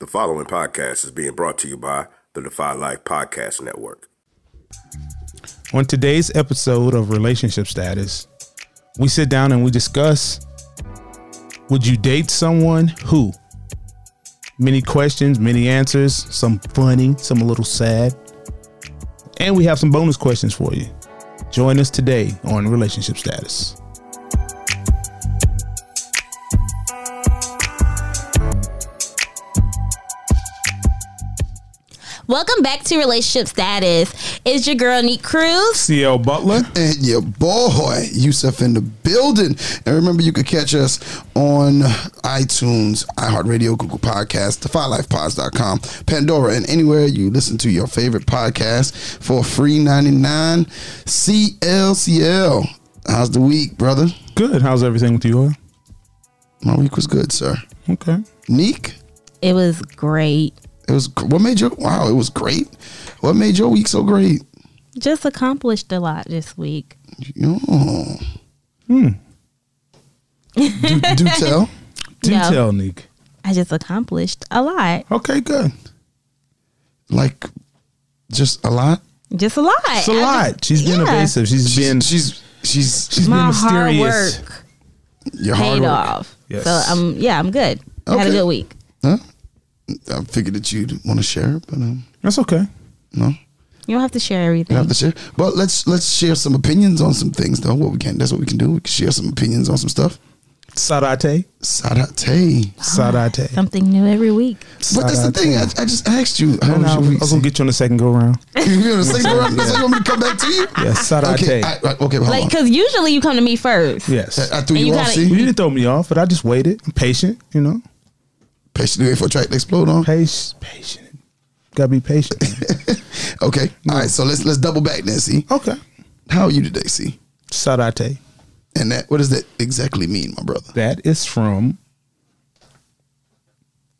The following podcast is being brought to you by the Defy Life Podcast Network. On today's episode of Relationship Status, we sit down and we discuss Would you date someone who? Many questions, many answers, some funny, some a little sad. And we have some bonus questions for you. Join us today on Relationship Status. Welcome back to Relationship Status. It's your girl, Neat Cruz. CL Butler. And your boy, Yusuf in the building. And remember, you can catch us on iTunes, iHeartRadio, Google Podcasts, DefyLifePods.com, Pandora, and anywhere you listen to your favorite podcast for free 99 CLCL. How's the week, brother? Good. How's everything with you? Oil? My week was good, sir. Okay. Neek, It was great. it was gr- what made your wow, it was great. What made your week so great? Just accomplished a lot this week. Oh. Hmm. do, do tell. Do No. tell, Nick. I just accomplished a lot. Okay, good. Like just a lot. Just a lot. It's a lot. She's been evasive. She's been she's she's she's been My hard mysterious. work your paid hard work. off. Yes. So um, yeah, I'm good. I Had a Okay. good week. Huh? I figured that you'd want to share, it, but um, That's okay. no, you You don't have to share everything. don't have to share. But let's let's share some opinions on some things, though. What we can, that's what we can do. We can share some opinions on some stuff. Sadate. Sadate. Sadate. Something new every week. But that's the thing. I, I just asked you. How And I was was, your I week? was gonna get you on the second go round. you want to say that? That's why you want me to come back to you? Yeah, Sadate. Okay. I, I- okay. Hold Like, on. because usually you come to me first. yes. I, I threw And you, you off. gotta- you See, didn't throw me off, but I just waited. I'm patient, you know. patiently wait for a track to explode on. Patient, patient. Gotta be patient. Okay. All right. So let's let's double back then. See, okay. how are you today? See, Sadate. and that what does that exactly mean, my brother? That is from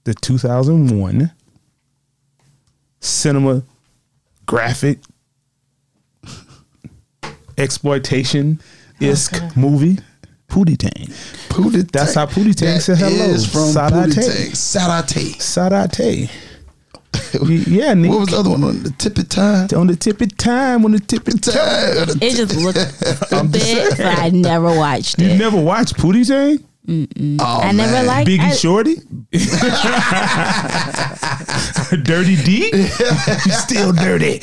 the 2001 cinema graphic exploitation isk movie Pootie Tang. Pootie That's Tang. how Pootie Tang That said hello. Is from Sadate. Pootie Tang. Sadate. Sadate. Y- yeah, Nick. What was the other one on the tippy tie? on the tip of time, on the tip of time. Tie. It just looked stupid. so I never watched You it. never watched Pootie Tang? Oh, I never man. liked Biggie I- Shorty? dirty D? you still dirty.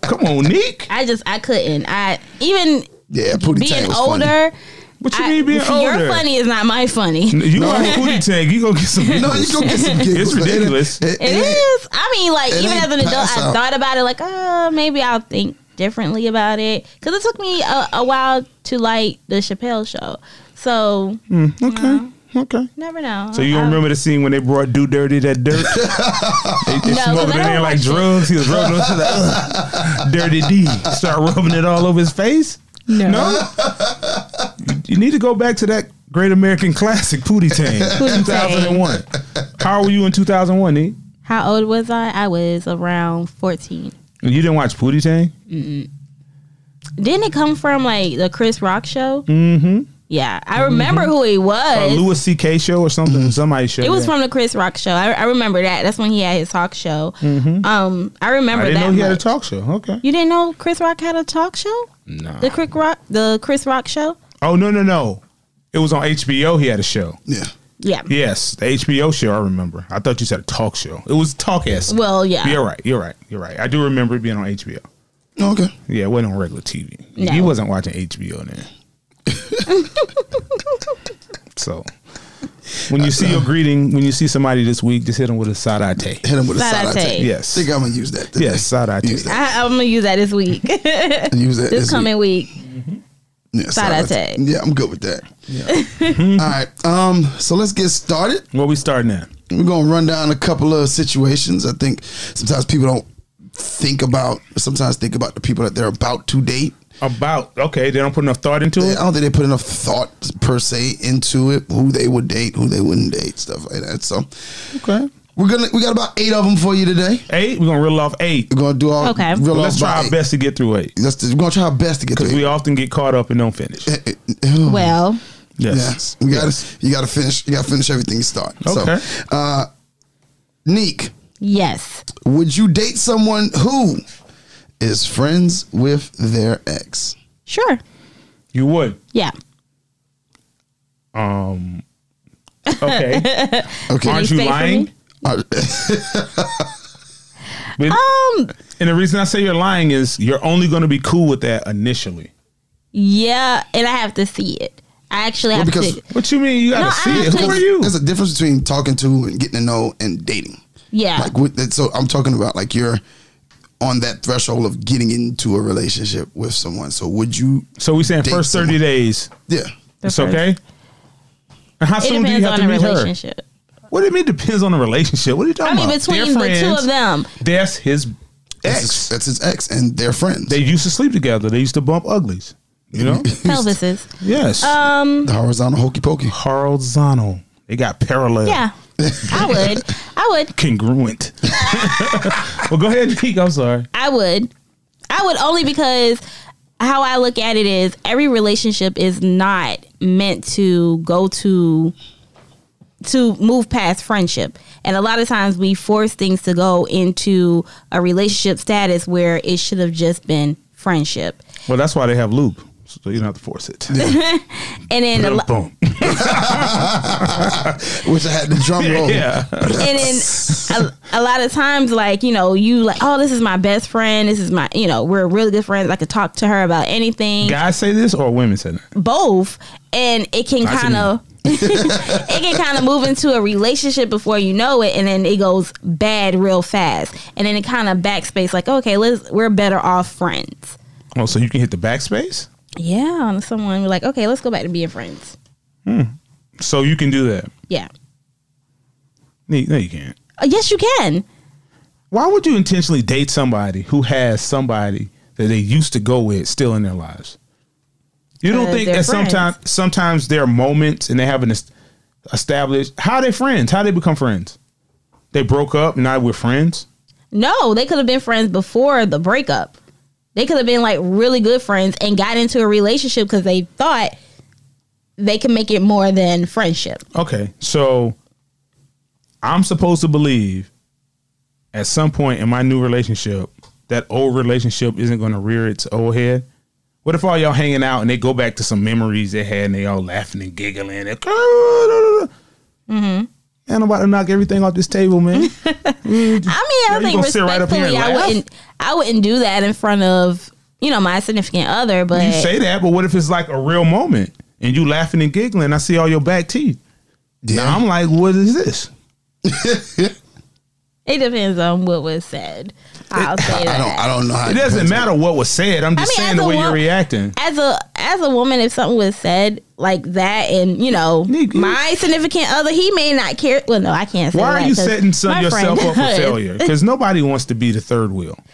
Come on, Nick. I just I couldn't. I even Yeah, Pootie Tang being was funny. older. What you I- mean being older? Your funny is not my funny. You like Pootie Tang, you gonna get some No, you gonna get some giggles. It's ridiculous. It It, it, it- is. I mean, like it even ain't as an adult, pass I out. thought about it. Like, uh, maybe I'll think differently about it because it took me a, a while to like the Chappelle show. So Okay. Okay. never know. So you I- don't remember the scene when they brought Do Dirty that dirt? they they smoked it No, 'cause I in don't there like watch it. drugs. He was rubbing it to the uh, Dirty D. Start rubbing it all over his face. No. You- you need to go back to that Great American Classic Pootie Tang, Tang. 2001. How were you in 2001? Nee? How old was I? I was around fourteen. You didn't watch Pootie Tang? Didn't it come from like the Chris Rock show? Mm-hmm. Yeah, I remember Mm-hmm. who he A was. Louis C.K. show or something? Somebody show. it was that. from the Chris Rock show. I, I remember that. That's when he had his talk show. Um, I Mm-hmm. I remember didn't that. know he had a much. talk show. Okay. you didn't know Chris Rock had a talk show? No. The Chris Rock, the Chris Rock show. Oh no no no! It was on HBO. He had a show. yeah. Yeah. Yes, the HBO show. I remember. I thought you said a talk show. It was talk esque. Well, yeah. You're right. You're right. You're right. I do remember it being on HBO. No, Okay. Yeah, it wasn't on regular TV. No. He wasn't watching HBO then. so, when you see your greeting, when you see somebody this week, just hit them with a sadate. Hit him with a Sadate. sadate. Yes. Think I'm gonna use that. Today. Yes, sadate. Use that. I, I'm gonna use that this week. Use that. this coming week. week. Yeah, Sadate. Yeah, I'm good with that. All right. Um. So let's get started. What we starting at? We're gonna run down a couple of situations. I think sometimes people don't think about. Sometimes think about the people that they're about to date. About okay, they don't put enough thought into They- it. I don't think they put enough thought per se into it. Who they would date, who they wouldn't date, stuff like that. So Okay, we're gonna we got about eight of them for you today. eight. We're gonna reel off eight. We're gonna do all Okay. Real Let's off try by our eight. best to get through eight Let's do- we're gonna try our best to Eh, get because to we it. often get caught up and don't finish. Well, Yes. oh. Yes, we gotta you gotta finish you gotta finish everything you start. Okay. So, uh, Neek, Yes. would you date someone who is friends with their ex? Sure. You would. Yeah. Um, Okay. Okay. Uh, Aren't you you stay for lying? me? But- Um. and the reason I say you're lying is you're only going to be cool with that initially. Yeah, and I have to see it. I actually Well, have because- to. What you mean? You got No, I to see have it. to- Who are you? There's a difference between talking to and getting to know and dating. Yeah. Like with, that- so I'm talking about like you're on that threshold of getting into a relationship with someone. So would you So we saying Date first someone. thirty days. yeah. The It's first- okay. And how It soon do you depends have on to the meet her? relationship. What do you mean depends on the relationship? What are you I talking mean, about? between They're the two friends. of them. That's his That's ex. his, that's his ex and they're friends. They used to sleep together. They used to bump uglies. You know? Pelvises. yes. Um. the horizontal hokey pokey. Horizontal. They got parallel. Yeah. I would. I would. Congruent. well, go ahead, Nick. I'm sorry. I would. I would only because how I look at it is every relationship is not meant to go to to move past friendship. And a lot of times we force things to go into a relationship status where it should have just been friendship. Well, that's why they have lube. So you don't have to force it. And then a lo- Boom. Which I had the drum roll. yeah. and then a, a lot of times like you know you like oh this is my best friend this is my you know we're really good friends i could talk to her about anything Guys say this or women say that? both and it can Nice kind of it can kind of move into a relationship before you know it and then it goes bad real fast and then it kind of backspace like okay let's we're better off friends Oh, so you can hit the backspace? yeah and someone we're like okay let's go back to being friends So you can do that. yeah Neek, No, you can't. Uh, yes you can Why would you intentionally date somebody who has somebody that they used to go with still in their lives? You don't Uh, think they're that sometimes sometimes there are moments and they haven't es- established how they friends, how they become friends. They broke up and now we're friends. No, they could have been friends before the breakup. They could have been like really good friends and got into a relationship because they thought they could make it more than friendship. Okay, so I'm supposed to believe at some point in my new relationship that old relationship isn't going to rear its old head. What if all y'all hanging out and they go back to some memories they had and they all laughing and giggling and mm-hmm. man, I'm about to knock everything off this table, man. I mean, I Girl, you think gonna sit right up here respectfully, and I laugh? wouldn't. I wouldn't do that in front of you know my significant other. But you say that, but what if it's like a real moment and you laughing and giggling? I see all your back teeth. Now I'm like, what is this? it depends on what was said. I'll say I that. don't I don't know how It doesn't depends. matter what was said. I'm just I mean, saying as the a way you're wo- reacting. as a as a woman, if something was said like that, and you know, Nigga. my significant other, he may not care. Well, no, I can't. Say Why that are you 'cause setting some, my yourself friend up for does. failure? Because nobody wants to be the third wheel.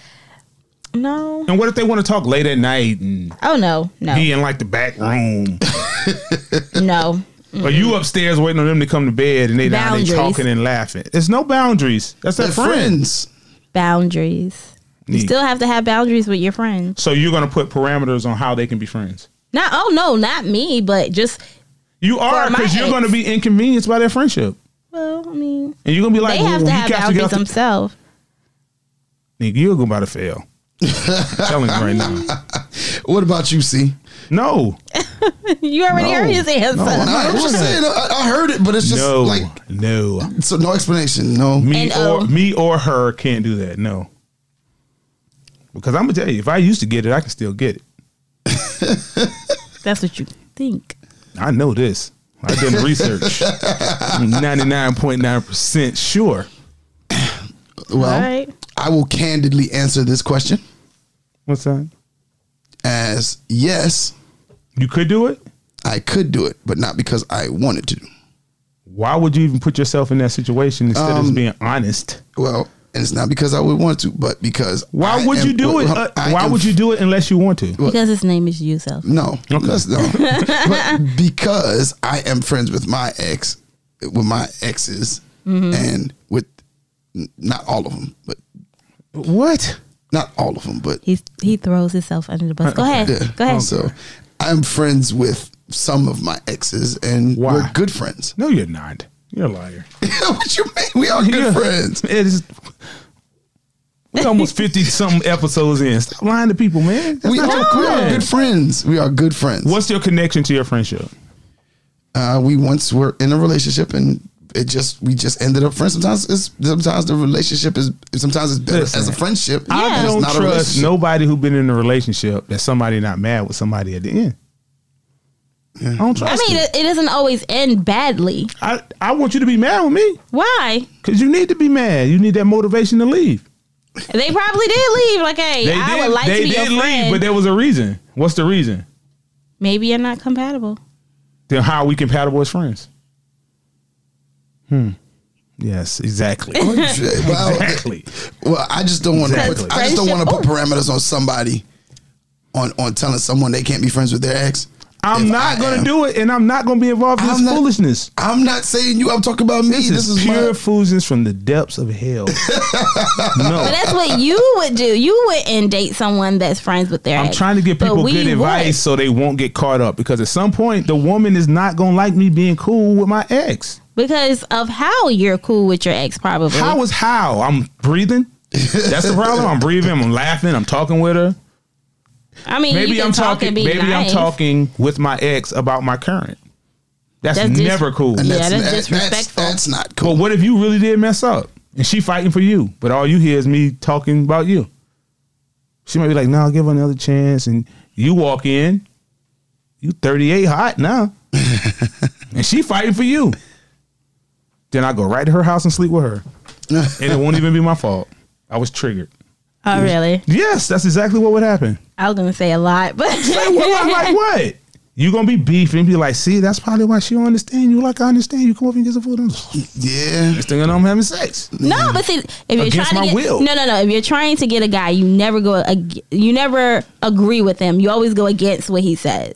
No. And what if they want to talk late at night and Oh no, no, be in like the back room? no. or you upstairs waiting on them to come to bed and they down there Boundaries. talking and laughing? There's no boundaries. That's their They're friends. friends. Boundaries. You Neat. still have to have boundaries with your friends. So you're going to put parameters on how they can be friends. Not oh no, not me, but just You are For my because you're ex. going to be inconvenienced by their friendship. well, I mean, And you're going to be like, they have "Well, to you got have to get boundaries off the- themselves. Nigga, you're going to fail. I'm telling you right now. What about you, C? No. You already No. heard his answer. No, I'm not I, am just doing that. saying, I, I heard it, but it's just no. like no. so no explanation. No. me And, or oh. me or her can't do that. No, because I'm gonna tell you, if I used to get it, I can still get it. That's what you think. I I know this. I done research. I'm 99.9 percent sure. Well, All right. I will candidly answer this question What's that? as yes, You could do it. I could do it, but not because I wanted to. Why would you even put yourself in that situation instead Um, of just being honest? Well, and it's not because I would want to, but because Why I would am- you do it? well, Uh, I why am- would you do it unless you want to? Because his name is Yusuf. No, that's no. but because I am friends with my ex, with my exes, Mm-hmm. and with n- not all of them, but What? not all of them, but He's he throws himself under the bus. Go ahead. yeah. Go ahead. So I'm friends with some of my exes, and Why? we're good friends. No, you're not. You're a liar. what you mean? We are Yeah. good friends. It is. We almost fifty something episodes in. Stop lying to people, man. That's We are, not your we are friend. good friends. We are good friends. What's your connection to your friendship? uh, we once were in a relationship and it just we just ended up friends. Sometimes it's sometimes the relationship is sometimes it's better Listen, as a friendship. I Yeah. than it's don't not a trust relationship. nobody who been in a relationship that somebody not mad with somebody at the end. I don't I trust. I mean, you. it, it doesn't always end badly. I, I want you to be mad with me Why? because you need to be mad. You need that motivation to leave. They probably did leave. Like, hey, They I did. would like they to be did your leave, friend. but there was a reason. What's the reason? Maybe you're not compatible. Then how are we compatible as friends? Hmm. Yes, exactly. Oh. well, exactly. well, I just don't want to. Exactly. Put, I just don't want to put parameters on somebody on on telling someone they can't be friends with their ex. I'm If not I going to am- do it, and I'm not going to be involved in this I'm not- foolishness. I'm not saying you. I'm talking about me. This, is, pure foolishness from the depths of hell. But no, that's what you would do. You wouldn't date someone that's friends with their I'm ex. trying to give But people we good would. advice so they won't get caught up. Because at some point, the woman is not going to like me being cool with my ex. because of how you're cool with your ex, probably. How is how? I'm breathing. That's the problem. I'm breathing. I'm laughing. I'm talking with her. I mean, you maybe can I'm talk talking. and be Maybe I'm nice. talking with my ex about my current. That's, That's dis- never cool. Yeah, That's- that's that- disrespectful. That's, that's not But cool. what if you really did mess up and she fighting for you, but all you hear is me talking about you? She might be like, "No, give her another chance." And you walk in, you thirty eight hot now, and she fighting for you. Then I go right to her house and sleep with her, and it won't even be my fault. I was triggered. Oh, really? Yes, that's exactly what would happen. I was gonna say a lot, but Like what? Like what? You gonna be beefing? Be like, see, that's probably why she don't understand you. Like I understand you. Come over and get some food. I'm just Yeah, thinking I'm having sex. no. But see, if you're Against trying my to get will. no, no, no. If you're trying to get a guy, you never go. ag- You never agree with him. You always go against what he says.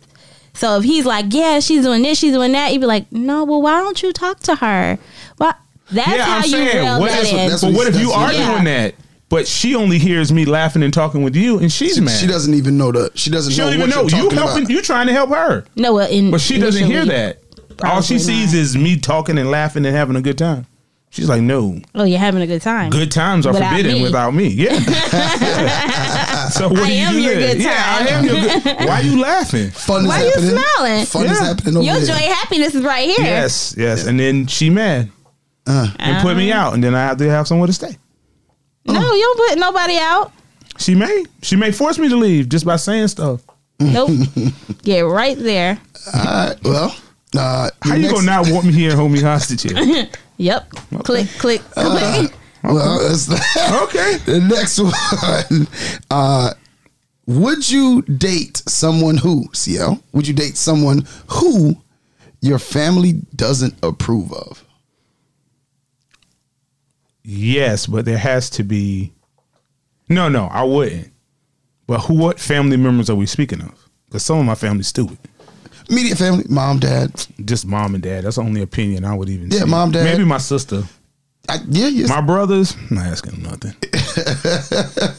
So if he's like, yeah, she's doing this, she's doing that, you'd be like, no. Well, why don't you talk to her? Well, that's yeah, how I'm you saying, reel what that if, in. that's but what if you are that's- yeah. doing that, but she only hears me laughing and talking with you, and she's mad. she doesn't even know that. She doesn't She know don't what even know. you're You talking helping? about. You trying to help her, no, well, in, but she doesn't hear initially, that. All she probably sees not. is me talking and laughing and having a good time. She's like, no, Oh, you're having a good time. good times are Without forbidden me. without me. Yeah. so what I do you am do your then? good Yeah, I time. am your good. Why you laughing? Fun Why is you happening. smiling? Fun is Yeah. happening over Your there. joy, and happiness is right here. Yes, yes. And then she mad Uh. and put Uh-huh. me out, and then I have to have somewhere to stay. No, you don't put nobody out. She may, she may force me to leave just by saying stuff. Nope. Get right there. All right. Well, uh, How your you gonna next- not want me here and hold me hostage here? Yep. Click, click, Uh. click. Well, that's okay. the next one. Uh, would you date someone who CL? Would you date someone who your family doesn't approve of? Yes, but there has to be. No, no, I wouldn't. But who? What family members are we speaking of? Because some of my family's stupid. Immediate family, mom, dad. Just mom and dad. That's the only opinion I would even. Yeah, say. mom, dad. Maybe my sister. I, yeah, yes. My brothers. I'm not asking them nothing.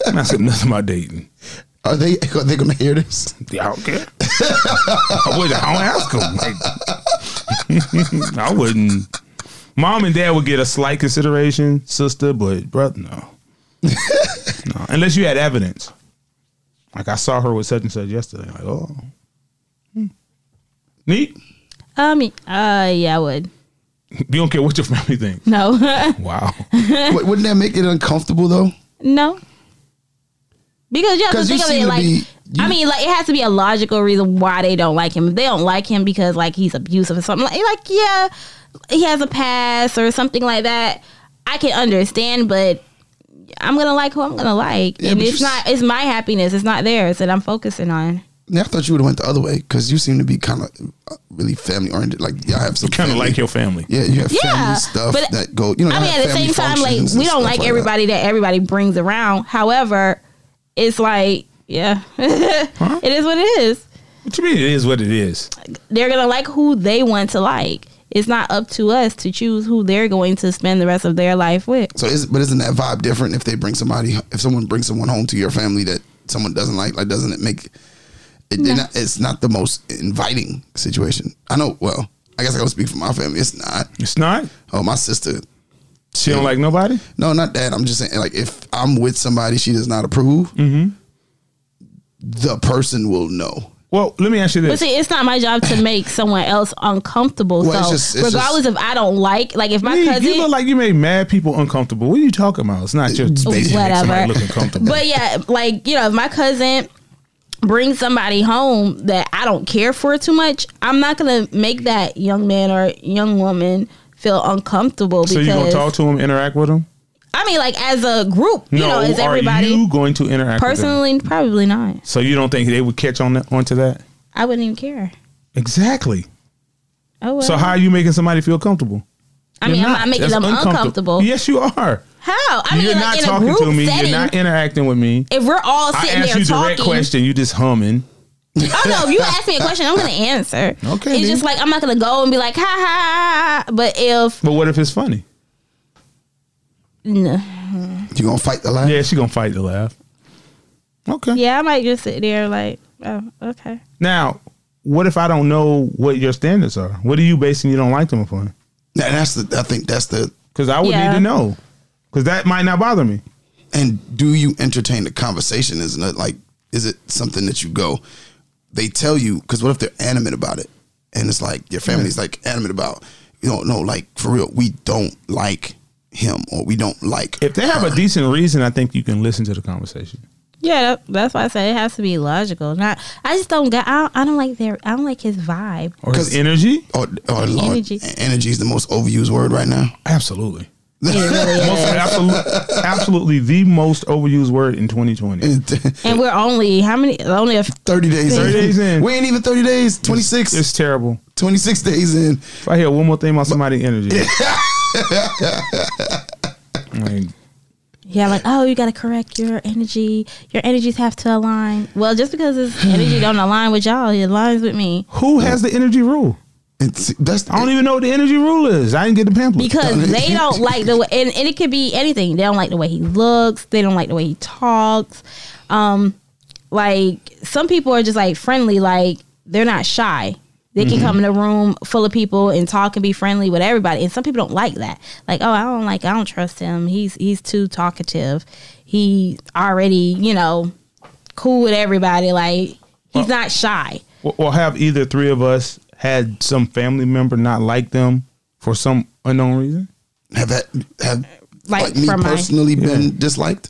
I'm not asking them nothing about dating. Are they are they gonna hear this? Yeah, I don't care. I wouldn't. I don't ask them. Like, I wouldn't. Mom and dad would get a slight consideration, sister, but brother, no. no, unless you had evidence. Like I saw her with such and such yesterday. Like, oh, Hmm. neat. Um. Uh. Yeah, I would. You don't care what your family thinks. No. Wow. Wou- Wouldn't that make it uncomfortable though? no. Because you have to 'Cause you think of seem it to like. be- you- I mean, like it has to be a logical reason why they don't like him. If they don't like him because like he's abusive or something like, like yeah, he has a past or something like that. I can understand, but I'm gonna like who I'm gonna like, Yeah, and but it's you s- not. It's my happiness. It's not theirs that I'm focusing on. Yeah, I thought you would have went the other way because you seem to be kind of really family oriented. Like y'all have some kind of family- like your family. Yeah, you have Yeah, family stuff but- that go. You know, I y'all mean, have at the same family time, like functions and we don't stuff like that. everybody that. everybody brings around. However, it's like, yeah, it is what it is. What you mean? It is what it is. They're gonna like who they want to like. It's not up to us to choose who they're going to spend the rest of their life with. So, is but isn't that vibe different if they bring somebody, if someone brings someone home to your family that someone doesn't like? Like, doesn't it make it? they're Not, it's not the most inviting situation. I know. Well, I guess I gotta speak for my family. It's not. It's not. Oh, my sister. She don't like nobody. No, not that. I'm just saying, like, if I'm with somebody she does not approve, the person will know. Well, let me ask you But this. see, it's not my job to make someone else uncomfortable. Well, it's so, just- it's regardless if I don't like, like if my Lee, cousin, you look like you made mad people uncomfortable. What are you talking about? It's not your basically make somebody Whatever. looking comfortable. but yeah, like you know, if my cousin brings somebody home that I don't care for too much, I'm not gonna make that young man or young woman feel uncomfortable. so you gonna because talk to them, interact with them? I mean, like as a group, you know, as are everybody you going to interact With them? personally, probably not. So you don't think they would catch on that, onto that? I wouldn't even care. Exactly. Oh, well. So how are you making somebody feel comfortable? I mean, You're I'm not making That's them uncomfortable. Yes, you are. How? I mean, you're like not in a talking group to me. setting, You're not interacting with me. if we're all I sitting asked there you a direct talking, question. You just humming. oh no, if you ask me a question, I'm gonna answer. Okay, it's then. just like I'm not gonna go and be like, ha ha. ha." But if But what if it's funny? no. You gonna fight the lie? Yeah, she gonna fight the laugh. Okay. yeah, I might just sit there like, oh, okay. Now, what if I don't know what your standards are? What are you basing you don't like them upon? That- that's the. I think that's the. Because I would Yeah. need to know. Because that might not bother me. And do you entertain the conversation? Isn't it like? Is it something that you go? They tell you because what if they're animate about it, and it's like your family's like animate about. You don't know, like for real, we don't like him or we don't like. If they have a decent reason, I think you can listen to the conversation. Yeah, that, that's why I said it has to be logical. Not, I just don't get. I don't, I don't like their. I don't like his vibe. Or his 'Cause- energy? or, or Lord, energy. Energy. is the most overused word right now. Absolutely. It really Most, is. absolutely, absolutely the most overused word in 2020. And we're only how many? Only a f- Thirty days. 30 days in. We ain't even thirty days. 26, It's terrible. 26 days in. If I hear one more thing about somebody's energy. like, yeah, like oh, you got to correct your energy. Your energies have to align. Well, just because his energy don't align with y'all, it aligns with me who has the energy rule? It's, that's I don't even know what the energy rule is. I didn't get the pamphlet. because they don't like the way. And, and it could be anything. They don't like the way he looks. They don't like the way he talks. Um, like some people are just like friendly. Like they're not shy. They can come in a room full of people and talk and be friendly with everybody. And some people don't like that. Like, oh, I don't like. I don't trust him. He's he's too talkative. He already, you know, cool with everybody. Like he's not shy. or, or have either three of us had some family member not like them for some unknown reason? have that have like, Like, me from my- personally been disliked.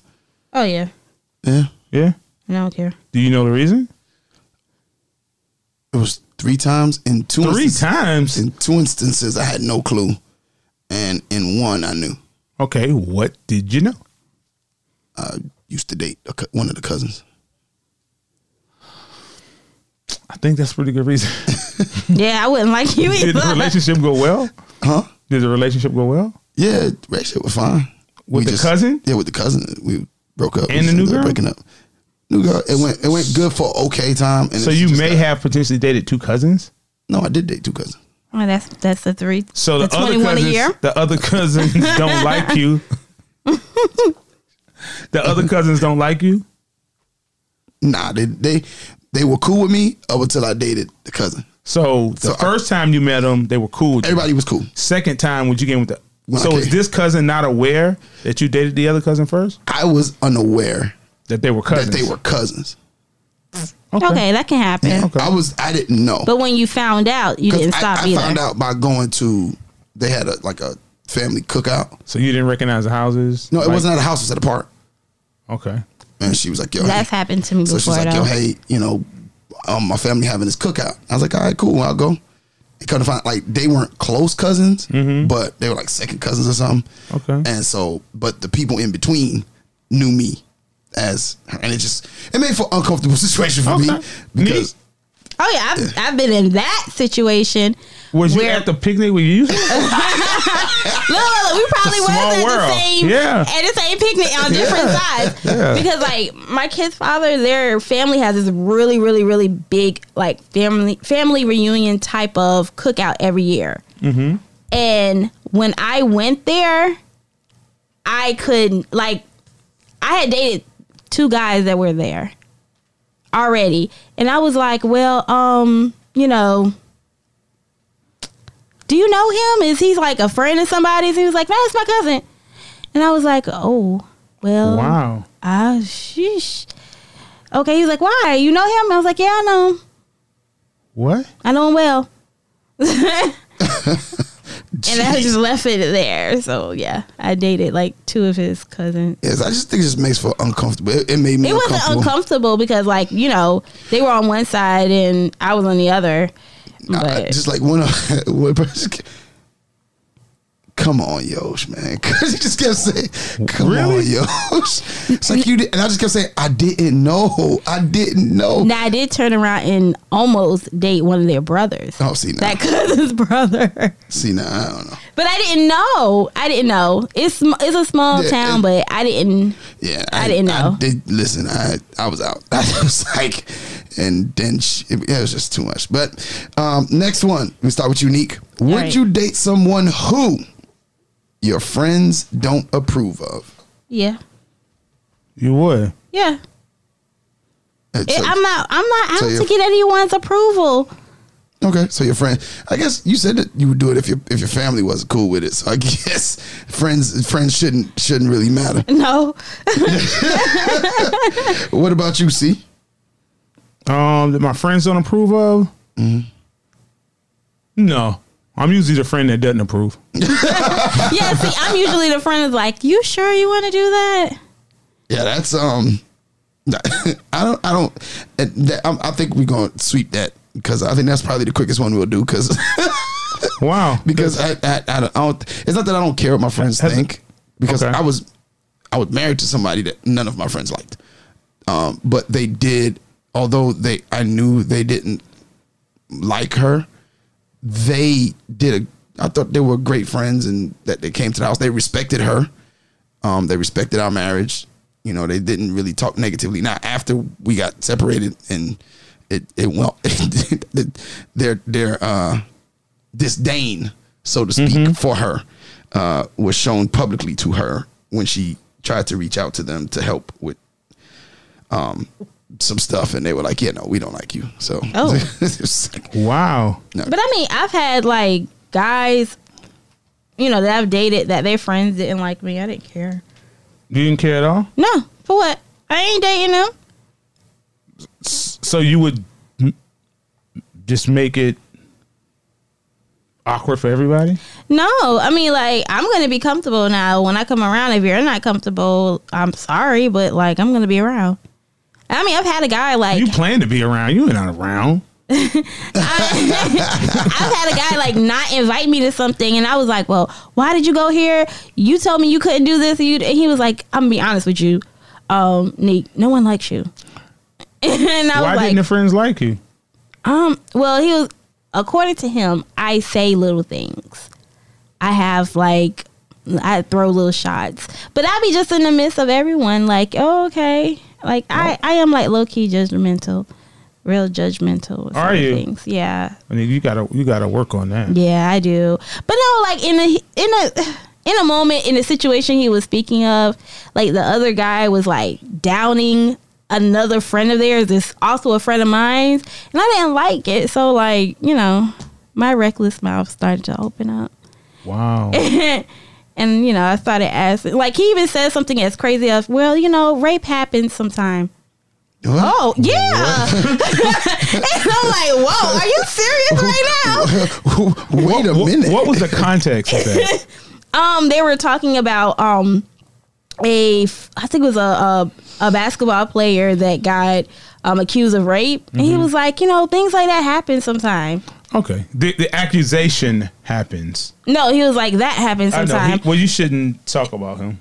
Oh yeah, Yeah, Yeah. I don't care. Do you know the reason? it was three times in two Three instances, times. in two instances I had no clue, and in one I knew. Okay, what did you know? I used to date a, cou- one of the cousins. I think that's a pretty good reason. Yeah, I wouldn't like you did the either. relationship go well? Huh? Did the relationship go well? Yeah, relationship was fine. With the cousin? Yeah, with the cousin, we broke up. We And the just new ended up girl? breaking up. New girl. It went. It went good for okay time. And So it's you just may like- have potentially dated two cousins. No, I did date two cousins. Oh, that's that's the three. So the, the other 21 cousins, a year. the other cousins don't like you. the other cousins don't like you. Nah, they they they were cool with me up until I dated the cousin. So the So I- first time you met them, they were cool. With you. Everybody was cool. Second time, when you came with the. When I so is came. this cousin not aware that you dated the other cousin first? I was unaware That they were cousins. that they were cousins. Okay, that can happen. Okay. I was I didn't know. But when you found out, you 'Cause didn't I, stop I either. found out by going to they had a like a family cookout. So you didn't recognize the houses? No, it Like- wasn't at a house, it was at a park. Okay. And she was like, Yo, That's hey. happened to me So she's before. like, though. Yo, hey, you know, um, my family having this cookout. I was like, All right, cool, I'll go. And come to find like they weren't close cousins, but they were like second cousins or something. Mm-hmm. Okay. And so, but the people in between knew me as, and it just it made for uncomfortable situation for me Okay. because oh yeah, I've, I've been in that situation. Was you where- at the picnic with you? Look, look, look, we probably It's a small was at world. the same Yeah. at the same picnic on different sides. Because like my kid's father, their family has this really, really, really big like family family reunion type of cookout every year. And when I went there, I couldn't like I had dated two guys that were there already. And I was like, well, um, you know, do you know him? Is he like a friend of somebody's? He was like, no, it's my cousin. And I was like, oh, well, Wow. Ah, sheesh. Okay, he's like, why? You know him? I was like, yeah, I know him. What? I know him well. and I just left it there. So yeah, I dated like two of his cousins. Yes, I just think it just makes for uncomfortable. It, it made me It wasn't uncomfortable. uncomfortable because like you know they were on one side and I was on the other. But I- I just like one of one person. ca- Come on, Yosh, man. Because he just kept saying, "Come on, Really? Yosh." It's like you did, and I just kept saying, "I didn't know. I didn't know." now I did turn around and almost date one of their brothers, Oh, see now, that cousin's brother. see now. I don't know. But I didn't know. I didn't know. It's sm- it's a small Yeah, town, it- but I didn't. Yeah, I didn't know. did, listen, I I was out. I was like, and then she, it, was just too much. But um, next one, we start with unique. Would right. you date someone who your friends don't approve of? Yeah, You would. yeah. It's It- a- I'm not. I'm not out So to you- get anyone's approval. Okay, so your friend, I guess you said that you would do it if your if your family wasn't cool with it. So I guess friends friends shouldn't shouldn't really matter. No, What about you, C? Um, that my friends don't approve of. Mm-hmm. No, I'm usually the friend that doesn't approve. yeah. See, I'm usually the friend that's like, "You sure you want to do that?" Yeah, that's um, I don't I don't, and that, I'm- I think we're gonna sweep that because I think that's probably the quickest one we'll do because Wow. because I I, I, don't, I don't it's not that I don't care what my friends Has- think because Okay. I was I was married to somebody that none of my friends liked, um, but they did although they I knew they didn't like her, they did a. I thought they were great friends and that they came to the house. They respected her. Um, they respected our marriage. You know, they didn't really talk negatively. Now after we got separated and it it well their their uh disdain, so to speak, Mm-hmm. for her uh was shown publicly to her when she tried to reach out to them to help with um some stuff and they were like, Yeah, no, we don't like you. So Oh. it was like, Wow. But I mean, I've had like guys, you know, that I've dated that their friends didn't like me. I didn't care. You didn't care at all. No, for what? I ain't dating them. So you would m- just make it awkward for everybody. No, I mean, like, I'm gonna be comfortable now. When I come around, if you're not comfortable, I'm sorry, but like, I'm gonna be around. I mean, I've had a guy like You plan to be around. You ain't not around. I've had a guy like not invite me to something, and I was like, "Well, why did you go here? You told me you couldn't do this." And, you, and he was like, "I'm gonna be honest with you, um, Nick. No one likes you." and Why I was didn't like, the friends like you? "Um, well, he was according to him, I say little things. I have like." I throw little shots, but I be just in the midst of everyone. Like, oh, okay, like I, I am like low key judgmental, real judgmental. with Are certain you? Things. Yeah, I mean, you gotta you gotta work on that. yeah, I do. But no, like in a in a in a moment in the situation he was speaking of, like the other guy was like downing another friend of theirs, is also a friend of mine's, and I didn't like it. So like, you know, my reckless mouth started to open up. Wow. And you know, I started asking. Like he even said something as crazy as, "Well, you know, rape happens sometime." What? Oh yeah, and I'm like, "Whoa, are you serious right now?" Wait a What- minute. What was the context of that? um they were talking about um a f- I think it was a a, a basketball player that got um accused of rape and Mm-hmm. he was like you know things like that happen sometime Okay. The, the accusation happens. no he was like that happens I know. sometime He, well, you shouldn't talk about him.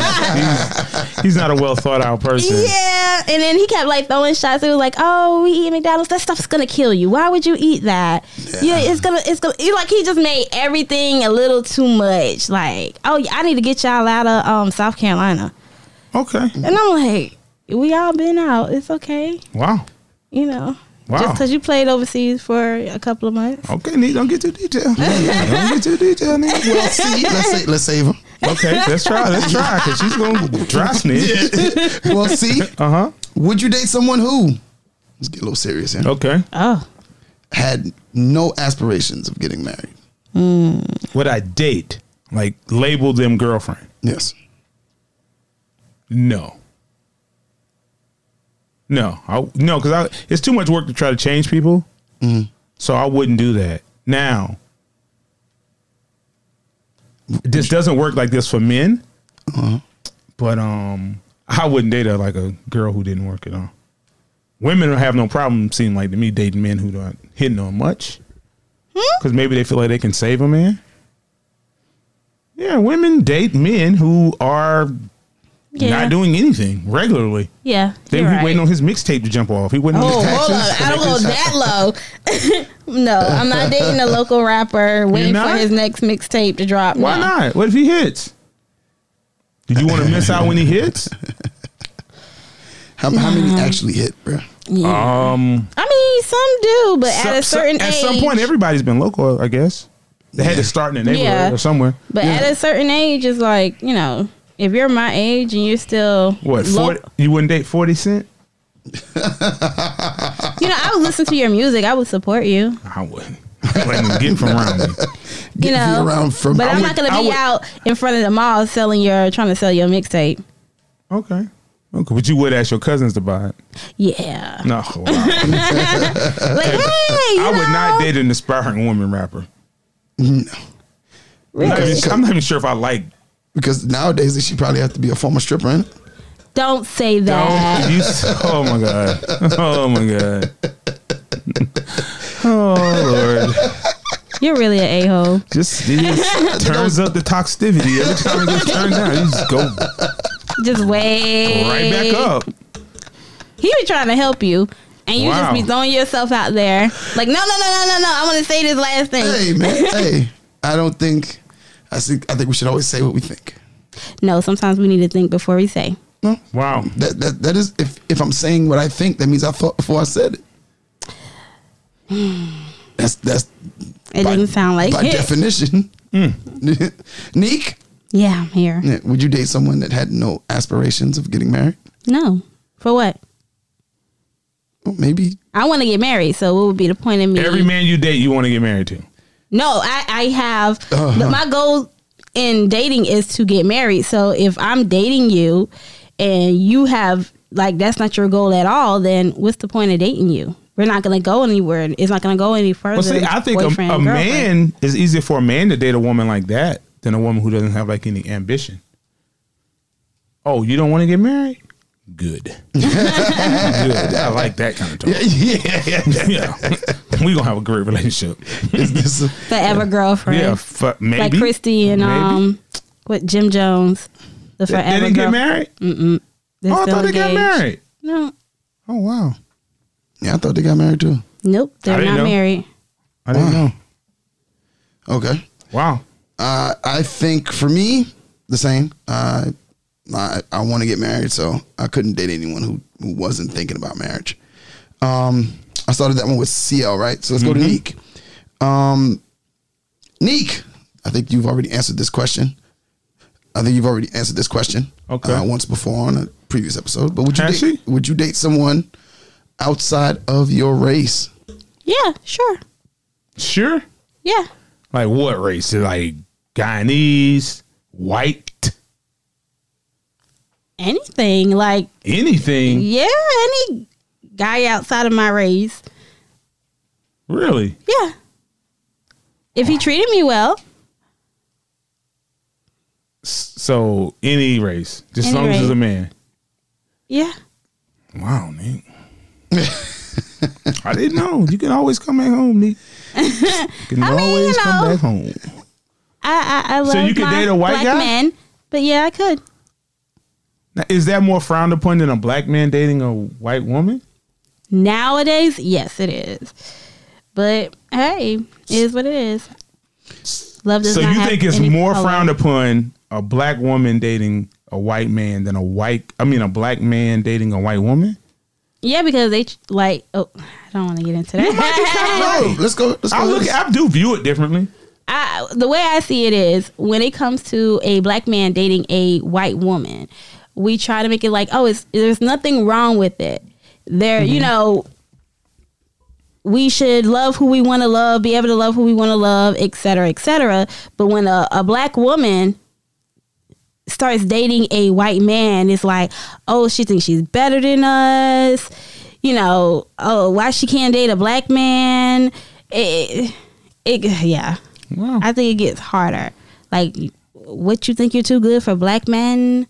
he's, he's not a well thought out person. yeah and then he kept like throwing shots it was like oh we eat mcdonald's that stuff's gonna kill you why would you eat that yeah, it's gonna it's gonna he, like he just made everything a little too much like oh yeah, i need to get y'all out of um south carolina Okay. and i'm like we all been out it's okay Wow. you know. Wow. Just because you played overseas for a couple of months. Okay, Nick, don't get too detailed. don't get too detailed, Nick. well, see, let's say, let's save him. Okay, let's try. Let's try because she's going to dry snitch. Well, see, Uh huh. would you date someone who? Let's get a little serious here. Okay. Oh. Had no aspirations of getting married. Would I date? Like label them girlfriend? Yes. No. No, I, no, because it's too much work to try to change people. So I wouldn't do that. Now, this doesn't work like this for men. But um, I wouldn't date a, like a girl who didn't work at all. Women don't have no problem, seem like to me, dating men who don't hitting on much, because maybe they feel like they can save a man. Yeah, women date men who are Yeah. not doing anything regularly. Yeah. They you're he right. waiting on his mixtape to jump off. He waiting Oh, on his hold taxes. up. I don't go that low. no, I'm not dating a local rapper waiting for not? his next mixtape to drop. Why No. not? What if he hits? Did you want to miss out when he hits? How, how many actually hit, bro? Um, I mean, some do, but some- at a some- certain at age. some point, everybody's been local, I guess. They had to start in a neighborhood Yeah. or somewhere. but at a certain age, it's like, you know, if you're my age and you're still. What? lo- 40, you wouldn't date Forty Cent? You know, I would listen to your music. I would support you. I wouldn't. I wouldn't even get from around me. You If you're know. around from But I I'm would- not going to I be would- out in front of the mall selling your, trying to sell your mixtape. Okay. Okay, but you would ask your cousins to buy it. Yeah. No, wow. I Like, hey, you would not know? date an inspiring woman rapper. I'm not, Really? even, I'm not even sure if I like. because nowadays she probably have to be a former stripper. Ain't it? Don't say that. Don't you? s- Oh my god! Oh my god! Oh lord! You're really an a hole. Just it just turns up the toxicity every time it gets turned down. You just go Just wait. right back up. He be trying to help you. And you Wow. just be throwing yourself out there. Like, no, no, no, no, no, no. I want to say this last thing. Hey man, hey. I don't think. I think. I think we should always say what we think. No, sometimes we need to think before we say. Wow! That that that is. If if I'm saying what I think, that means I thought before I said it. That's that's It doesn't sound like by it. definition. Neek, yeah, I'm here. yeah, would you date someone that had no aspirations of getting married? No. For what? Well, maybe I want to get married, so what would be the point of me? Every man you date, you want to get married to. No, I, I have. but my goal in dating is to get married. So if I'm dating you and you have, like, that's not your goal at all, then what's the point of dating you? We're not going to go anywhere. It's not going to go any further. Well, see, than I think a, boyfriend, a girlfriend. man is easier for a man to date a woman like that than a woman who doesn't have like any ambition. Oh, you don't want to get married? Good. Good. I like that kind of talk. yeah, yeah. yeah, we gonna have a great relationship. Is this a- Forever girlfriend. Yeah, fu- maybe Like Christy and Maybe. um, what Jim Jones, the They- forever they didn't get girl- married. they're Oh, I still thought they got engaged. married. No, Oh wow, yeah, I thought they got married too. nope, I they're didn't not know. married. I didn't know. Okay. Wow, Uh, I think for me, the same. Uh, I I want to get married, so I couldn't date anyone who, who wasn't thinking about marriage. Um, I started that one with CL, right? So let's Mm-hmm. go to Neek. Um, Neek, I think you've already answered this question. I think you've already answered this question. Okay. Uh, once before on a previous episode, but would you Has date, she? would you date someone outside of your race? Yeah, sure. sure. Yeah, Like what race? Like Guyanese, white, anything like anything? yeah, any guy outside of my race. Really? Yeah, if he treated me well, S- So any race, just as Any long as it's a race. man. yeah. Wow, Nick. I didn't know. You can always come back home, Nick. You can I mean, you always come know. back home. I I, I love So you could my date a white black guy? man, but yeah, I could. Now, is that more frowned upon than a black man dating a white woman? Nowadays, yes, it is. But hey, it is what it is. Love does so not you have think it's any more color. frowned upon a black woman dating a white man than a white I mean a black man dating a white woman? Yeah, because they ch- like. Oh, I don't want to get into that. No, let's go. Let's go. I look I do view it differently. I, the way I see it is, when it comes to a black man dating a white woman, we try to make it like, oh, it's there's nothing wrong with it. There, you know, we should love who we want to love, be able to love who we want to love, et cetera, et cetera. But when a, a black woman starts dating a white man, it's like, oh, she thinks she's better than us. You know, oh, why she can't date a black man? It, it yeah. Wow. I think it gets harder. Like, what you think you're too good for black men,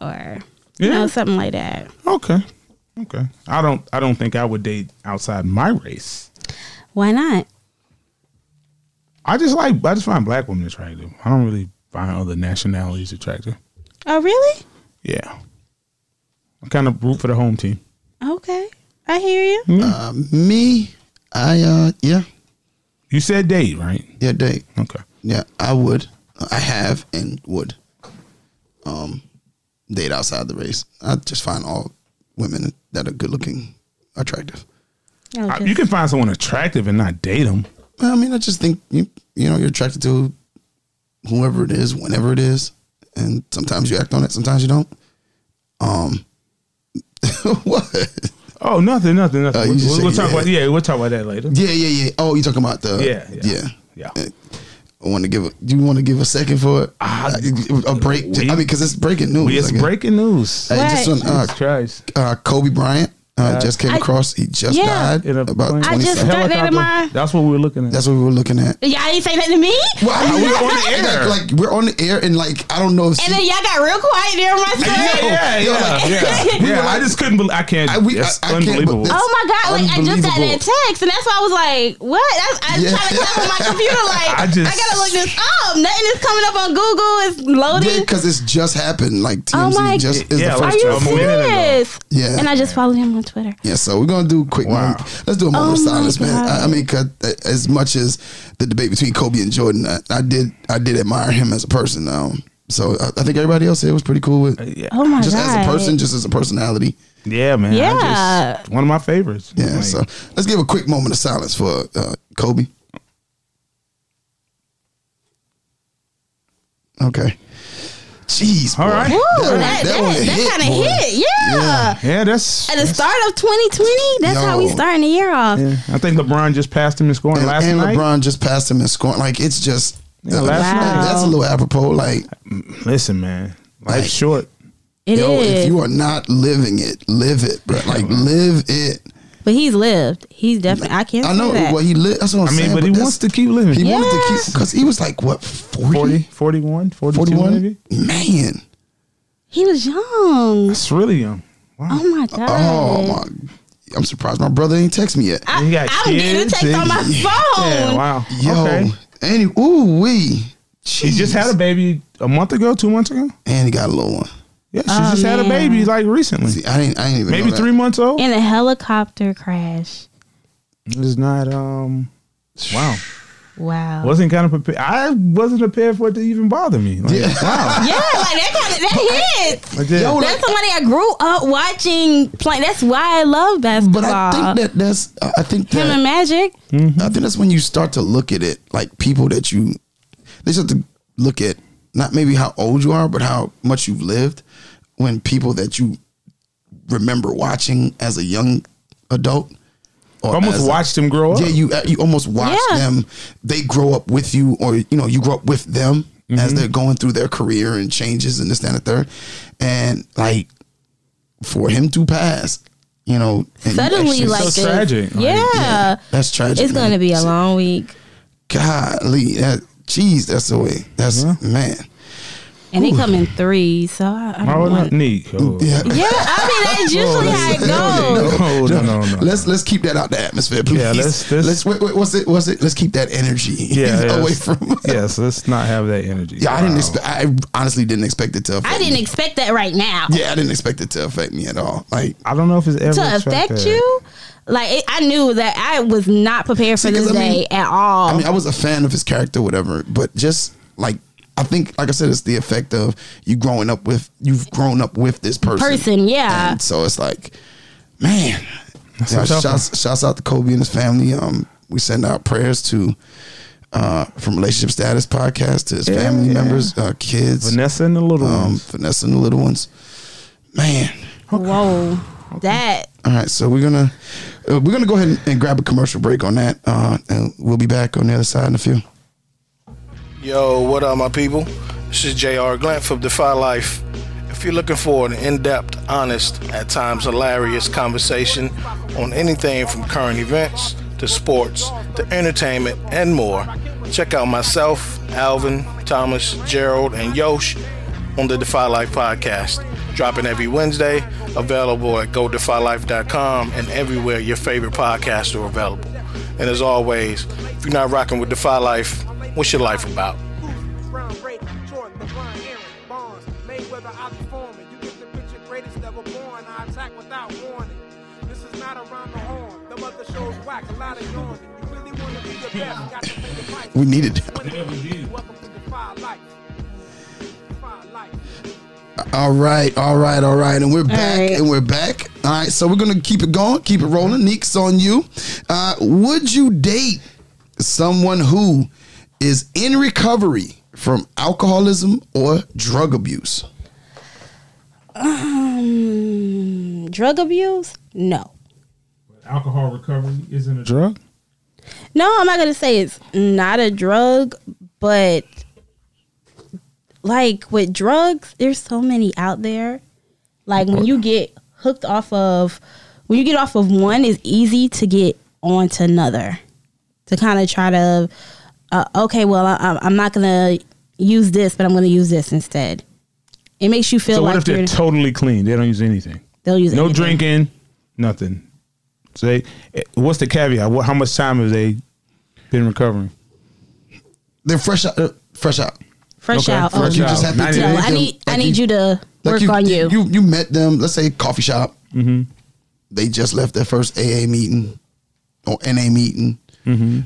or you Yeah. know, something like that. Okay. Okay. I don't I don't think I would date outside my race. Why not? I just like I just find black women attractive. I don't really find other nationalities attractive. Oh, really? Yeah. I kind of root for the home team. Okay, I hear you. Uh, me, I uh, yeah, You said date, right? yeah, date. Okay. Yeah, I would. I have and would. Um, date outside the race. I just find all women that are good looking attractive. Oh, I- Uh, just- Uh, you can find someone attractive and not date them. I mean, I just think you you know you're attracted to whoever it is, whenever it is, and sometimes you act on it, sometimes you don't. Um, what? Oh, nothing, nothing, nothing. Oh, you we'll just we'll- said we'll talk yeah. about yeah, we'll talk about that later. Yeah, Uh, yeah, yeah. Oh, you talking about the Yeah, yeah, yeah. yeah. I want to give. A, do you want to give a second for it? Uh, Ah, a a break. we- I mean, because it's breaking news. We it's I guess. breaking news. Hey, just Right. on, uh, Jesus Christ. uh, Kobe Bryant uh, just came I- across. He just Yeah. died In a plane. about I twenty. just seconds. got that in my- That's what we were looking at. That's what we were looking at. y'all ain't say nothing to me. Well, we're on the air. Like, like, we're on the air, and like I don't know. If she- And then y'all got real quiet during my yeah, story. yeah, yeah, Yo, Oh. like- yeah. We Yeah, were I like- just couldn't. Believe, I can't. I- we- it's I- I can't, but unbelievable. this- Oh my god! Like I just got that Unbelievable. text, and that's why I was like, "What?" I, I Yeah. trying to clap on my computer. Like I I, just- gotta look this up. Nothing is coming up on Google. It's Yeah, loading. because it's just happened. Like Oh TMZ my- just is Yeah, the like- Are first. Just you a minute ago. serious? Yeah. And I just followed him on Twitter. Yeah, so we're gonna do a quick. Wow. Wow. Let's do a moment of Oh my silence, man. God. I, I mean, 'cause, uh, as much as the debate between Kobe and Jordan, I, I did I did admire him as a person. Um, so I, I think everybody else here was pretty cool with Uh, yeah, Oh my just god! as a person, just as a personality. yeah, man. I Yeah. just, one of my favorites. Yeah. Like, so let's give a quick moment of silence for uh, Kobe. Okay. Jeez. All boy. right. Woo, That one- that, that one hit, kind of boy. hit, yeah. yeah, that's. At the start of 2020, that's how we Yo. starting the year off. yeah. I think LeBron just passed him in scoring And, last and night. LeBron just passed him in scoring. Like it's just Yeah, last that- night. that's a little apropos. Like Listen, man, life's Like- short. It is, yo, if you are not living it, live it, bro. Like live it. but he's lived. He's definitely. I can't. I know Say that. what he lived. That's what I'm I mean, saying. but he that's- wants to keep living. He wanted to Yes. keep because he was like what 40? 40, 41, 42 41? maybe. Man. He was young. That's really young. Wow. Oh my god. Oh my. I'm surprised my brother ain't text me yet. I, You got I'm getting a kids text on my and- phone. Yeah, wow. Yo, Okay. and he, ooh wee, She just had a baby a month ago, two months ago. and he got a little one. Yeah, she Oh, just had a man. baby like recently, See, I didn't, I didn't even maybe know that. three months old. In a helicopter crash. It's not. Um. Wow. Wow. Wasn't kind of prepared. I wasn't prepared for it to even bother me. Like, Yeah. Wow. yeah, like that kind of that hits. I did. Yo, like- That's somebody I grew up watching play. That's why I love basketball. But I think that that's I think him and that Magic. Mm-hmm. I think that's when you start to look at it like people that you they start to look at not maybe how old you are, but how much you've lived. When people that you remember watching as a young adult, or as Almost a- watched him grow up. Yeah, you you almost watch Yeah. them. They grow up with you, or you know, you grow up with them Mm-hmm. as they're going through their career and changes and this that, and the third. And like for him to pass, you know, and you Suddenly, actually- like so this. tragic, like, yeah. that's tragic. It's man. gonna be a long week, Golly, that jeez, that's the way. That's man. and they come in three. So I, I Why don't would not want. need? Oh. Yeah. Yeah, I mean that's usually how it goes. No, no, no, no. Let's let's keep that out the atmosphere, please. Yeah, let's- let's- let's, wait, wait, what's it what's it? Let's keep that energy yeah, yes. away from. yes, let's not have that energy. Yeah, I Wow. didn't expect. I honestly didn't expect it to. Affect I me. didn't expect that right now Yeah, I didn't expect it to affect me at all. Like, I don't know if it's ever to expected. affect you. Like it, I knew that I was not prepared for See, 'cause this I mean- day at all. I mean, I was a fan of his character, whatever, but just like, I think, like I said, it's the effect of you growing up with, you've grown up with this person. Person, yeah. And so it's like, man, you know, a tough shouts, shouts out to Kobe and his family. Um, we send out prayers to, uh, from Relationship Status Podcast to his family members, uh, kids, Vanessa. Vanessa and the little um, ones. Vanessa and the little ones. Man, Whoa, that All right, so we're gonna uh, we're gonna go ahead and, and grab a commercial break on that, uh, and we'll be back on the other side in a few. Yo, what up, my people? This is JR Glenn from Defy Life. If you're looking for an in depth, honest, at times hilarious conversation on anything from current events to sports to entertainment and more, check out myself, Alvin, Thomas, Gerald, and Yosh on the Defy Life podcast. Dropping every Wednesday, available at godefylife.com and everywhere your favorite podcasts are available. And as always, if you're not rocking with Defy Life, what's your life about? Brown break, Jordan, LeBron, Aaron, Bonds, Mayweather, Ozzy Foreman. You get the picture, greatest ever born. I attack without warning. This is not around the horn. The mother shows whack, a lot of yawning. You really want to be the best, got to be the mic. We needed that. Welcome to the fire life. Defy life. All right, all right, all right, and we're back, right. and we're back. All right, so we're gonna keep it going, keep it rolling. Neek's on you. Uh, would you date someone who is in recovery from alcoholism or drug abuse? drug abuse? No. Alcohol recovery isn't a drug. No, I'm not gonna say it's not a drug, but like with drugs, there's so many out there. Like when you get hooked off of when you get off of one, it's easy to get on to another. To kind of try to, uh, okay, well, I- I, I'm not gonna use this, but I'm gonna use this instead. It makes you feel So like what if they're you're- totally clean? They don't use anything. they'll use No anything. drinking, nothing. So they, eh, what's the caveat? What, how much time have they been recovering? They're fresh out, uh, fresh out. fresh Okay, out. fresh oh, You out. just have to. Not So even- I need I need you to work you, on you. you. met them, let's say coffee shop. They just left their first AA meeting or NA meeting.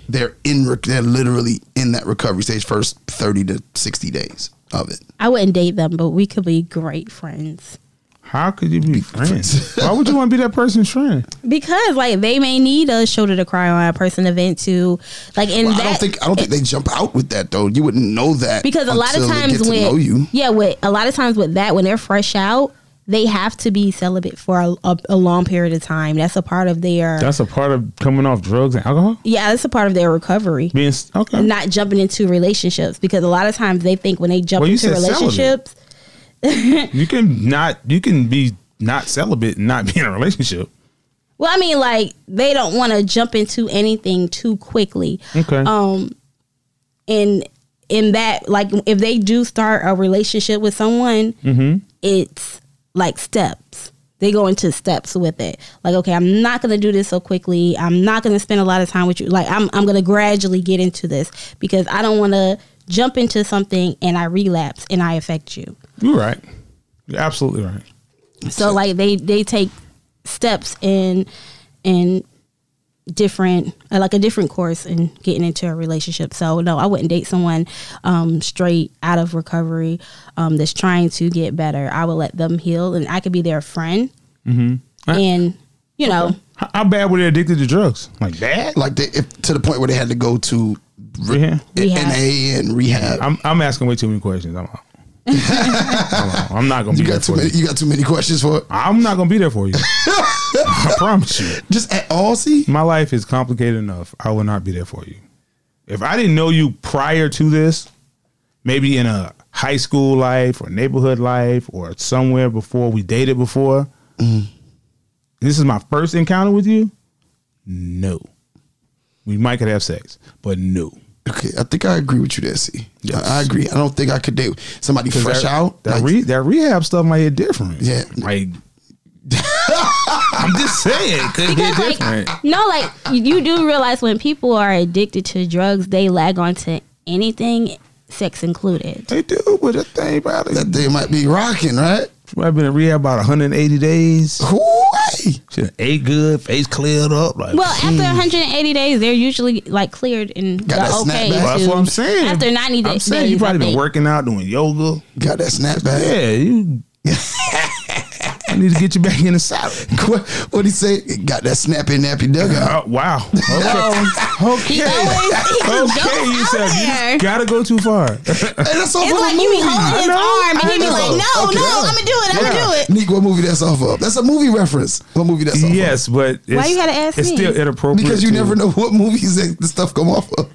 They're in. rec- They're literally in that recovery stage. First thirty to sixty days of it. I wouldn't date them, but we could be great friends. How could you be friends? Why would you want to be that person's friend? Because like they may need a shoulder to cry on, a person to vent to, like in Well, that. I don't think I don't think they jump out with that though. You wouldn't know that because a lot of until they times get to know when you. yeah, with a lot of times with that when they're fresh out, they have to be celibate for a, a, a long period of time. That's a part of their That's a part of coming off drugs and alcohol. yeah, that's a part of their recovery. Being s- okay. Not jumping into relationships because a lot of times they think when they jump Well, you into said celibate. relationships, You can not. You can be not celibate and not be in a relationship. Well, I mean, like they don't want to jump into anything too quickly. Okay. Um, and in that, like, if they do start a relationship with someone, it's like steps. They go into steps with it. Like, okay, I'm not gonna do this so quickly. I'm not gonna spend a lot of time with you. Like, I'm I'm gonna gradually get into this because I don't want to jump into something and I relapse and I affect you. You're right. You're absolutely right. So like they they take steps in in different uh, like a different course in getting into a relationship. So no, I wouldn't date someone um, straight out of recovery um, that's trying to get better. I would let them heal, and I could be their friend. Mm-hmm. And you know, How, how bad were they addicted to drugs? Like bad. Like they, if, to the point where they had to go to re- Yeah. Rehab. NA and rehab. I'm I'm asking way too many questions. I'm out. I'm, out. I'm not gonna be you there got too for many. you. You got too many questions for it. I'm not gonna be there for you. I promise you. Just at all. See, My life is complicated enough. I will not be there for you. If I didn't know you prior to this, maybe in a high school life or neighborhood life or somewhere before we dated before, Mm-hmm. this is my first encounter with you. No, we might could have sex, but no. Okay, I think I agree with you there, see. I, I agree. I don't think I could date somebody fresh that, out. That, like, re- that rehab stuff might hit different. Yeah. like I'm just saying, it could hit Because, like, different. No, like you- you do realize when people are addicted to drugs, they lag onto anything, sex included. They do, but that thing probably that they might be rocking, right? I've been in rehab about 180 days. Hooray! Shit, ate good, face cleared up. Like, Well, after 1180 days, they're usually like cleared and Hmm. Got that they're okay. snapback. Well, that's to- what I'm saying. After 90 da- I'm saying days, you probably I been think. working out, doing yoga. Got that snapback. Yeah, you. need to get you back in the saddle. What what'd he say? Got that snappy nappy dugout. Oh, wow. Okay. He okay. always he Okay, goes you out said you there. just gotta go too far. Hey, that's off It's of like a you be movie. holding I his know, arm, and I he be know. like, "No, Okay, no, yeah. I'm gonna do it. I'm gonna do it." Nick, what movie that's off of? That's a movie reference. What movie that's off of? yes, but it's, you gotta ask It's me? still inappropriate Because you to- never know what movies that the stuff come off of.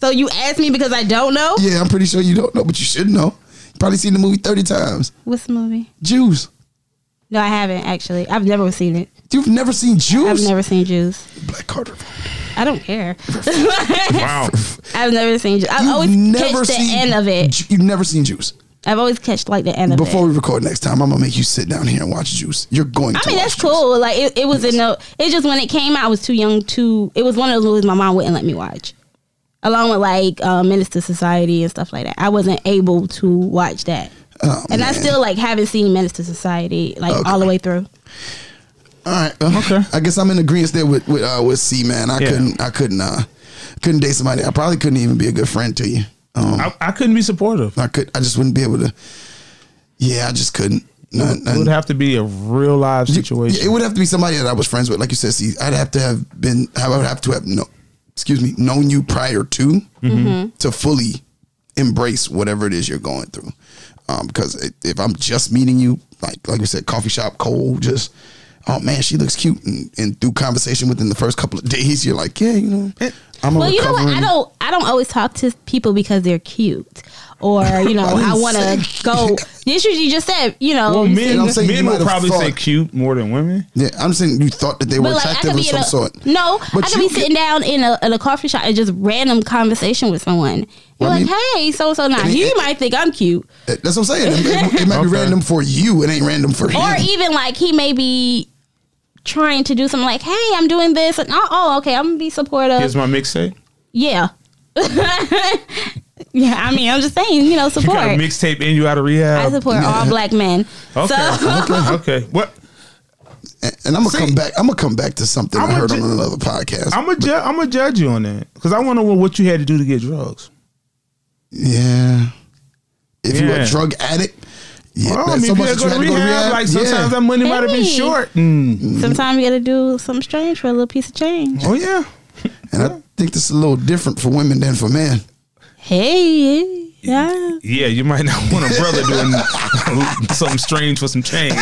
So you asked me because I don't know Yeah, I'm pretty sure you don't know, but you should know. You probably seen the movie 30 times. what's the movie? Jews. No, I haven't actually. I've never seen it. You've never seen I've Jews? never seen Jews. Black Carter. I don't care. Wow. I've never seen Jews. I've You've always never catch Oh, the seen- end of it. Ju- You've never seen Jews. I've always catch like the end of Before it. we record next time, I'm gonna make you sit down here and watch Juice. You're going. I to mean watch that's Juice. cool. Like it, it was in no. It's just when it came out, I was too young to. It was one of those movies my mom wouldn't let me watch, along with like uh, Minister Society and stuff like that. I wasn't able to watch that, Oh, and I man. still like haven't seen Minister Society like all the way through. All right. well, Okay. I guess I'm in agreement there with with, uh, with C man. I Yeah. couldn't. I couldn't. Uh, couldn't date somebody. I probably couldn't even be a good friend to you. Um, I, I couldn't be supportive. I could. I just wouldn't be able to. Yeah, I just couldn't. None- It none- would have to be a real live You- situation. It would have to be somebody that I was friends with, like you said. See, I'd have to have been. I would have to have no, excuse me, known you prior to Mm-hmm. to fully embrace whatever it is you're going through. Um, because i- if I'm just meeting you, like like we said, coffee shop, cold, just oh man, she looks cute, and, and through conversation within the first couple of days, you're like, yeah, you know, I'm a Well, you know what? I recovering- don't. I don't always talk to people because they're cute, or you know, I I, didn't want say- to go. This is you just said. You know, well, you men, I'm saying Oh, you men would might have probably say thought- cute more than women. Yeah, I'm saying you thought that they were attractive of in some a, sort. No, But I could you be get- sitting down in a, in a coffee shop and just random conversation with someone. You're Well, I like, hey, so so nice. mean, You it- might think I'm cute, That's what I'm saying. It, it- it might Okay. be random for you. It ain't random for him. or even like he may be trying to do something like, hey, I'm doing this, and oh, oh, okay, I'm gonna be supportive. Here's my mixtape. yeah. yeah, I mean, I'm just saying, you know, You support. got a mixtape and you out of I rehab. support all black men. Okay. So, okay. Okay. What? And, and I'm gonna come back. I'm gonna come back to something i I'ma heard ju- on another podcast. I'm a ju- I'm a judge you on that because I want to know what you had to do to get drugs. yeah. If you're Yeah. a drug addict, yeah, Well, I that's mean, so if you much had to that go to rehab, like sometimes yeah. that money might have been Hey. short. Mm. Mm-hmm. sometimes you got to do something strange for a little piece of change. Oh yeah. and I think this is a little different for women than for men. Hey, yeah. Yeah, you might not want a brother doing something strange for some change.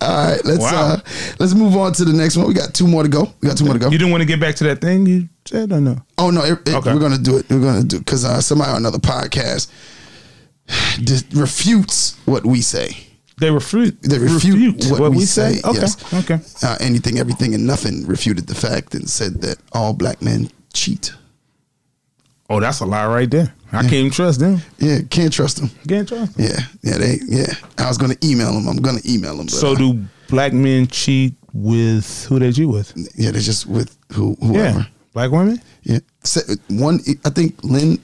All right, let's Wow. uh let's move on to the next one. We got two more to go. We got two more to go. You didn't want to get back to that thing you said or no? Oh no, it, it- Okay. we're gonna do it. We're gonna do because uh, somebody on another podcast dis- refutes what we say. They refute. They refute, what, we, say. Okay. yes. Okay. Uh, anything, everything, and nothing refuted the fact and said that all black men cheat. Oh, that's a lie right there. I can't even trust them. Yeah, can't trust them. Can't trust. Them. Yeah, yeah, they, yeah. I was gonna email them. I'm gonna email them. But So uh, do black men cheat with who they cheat with? yeah, they're just with who, Yeah, whoever. black women. Yeah. Sa- One, I think Lynn,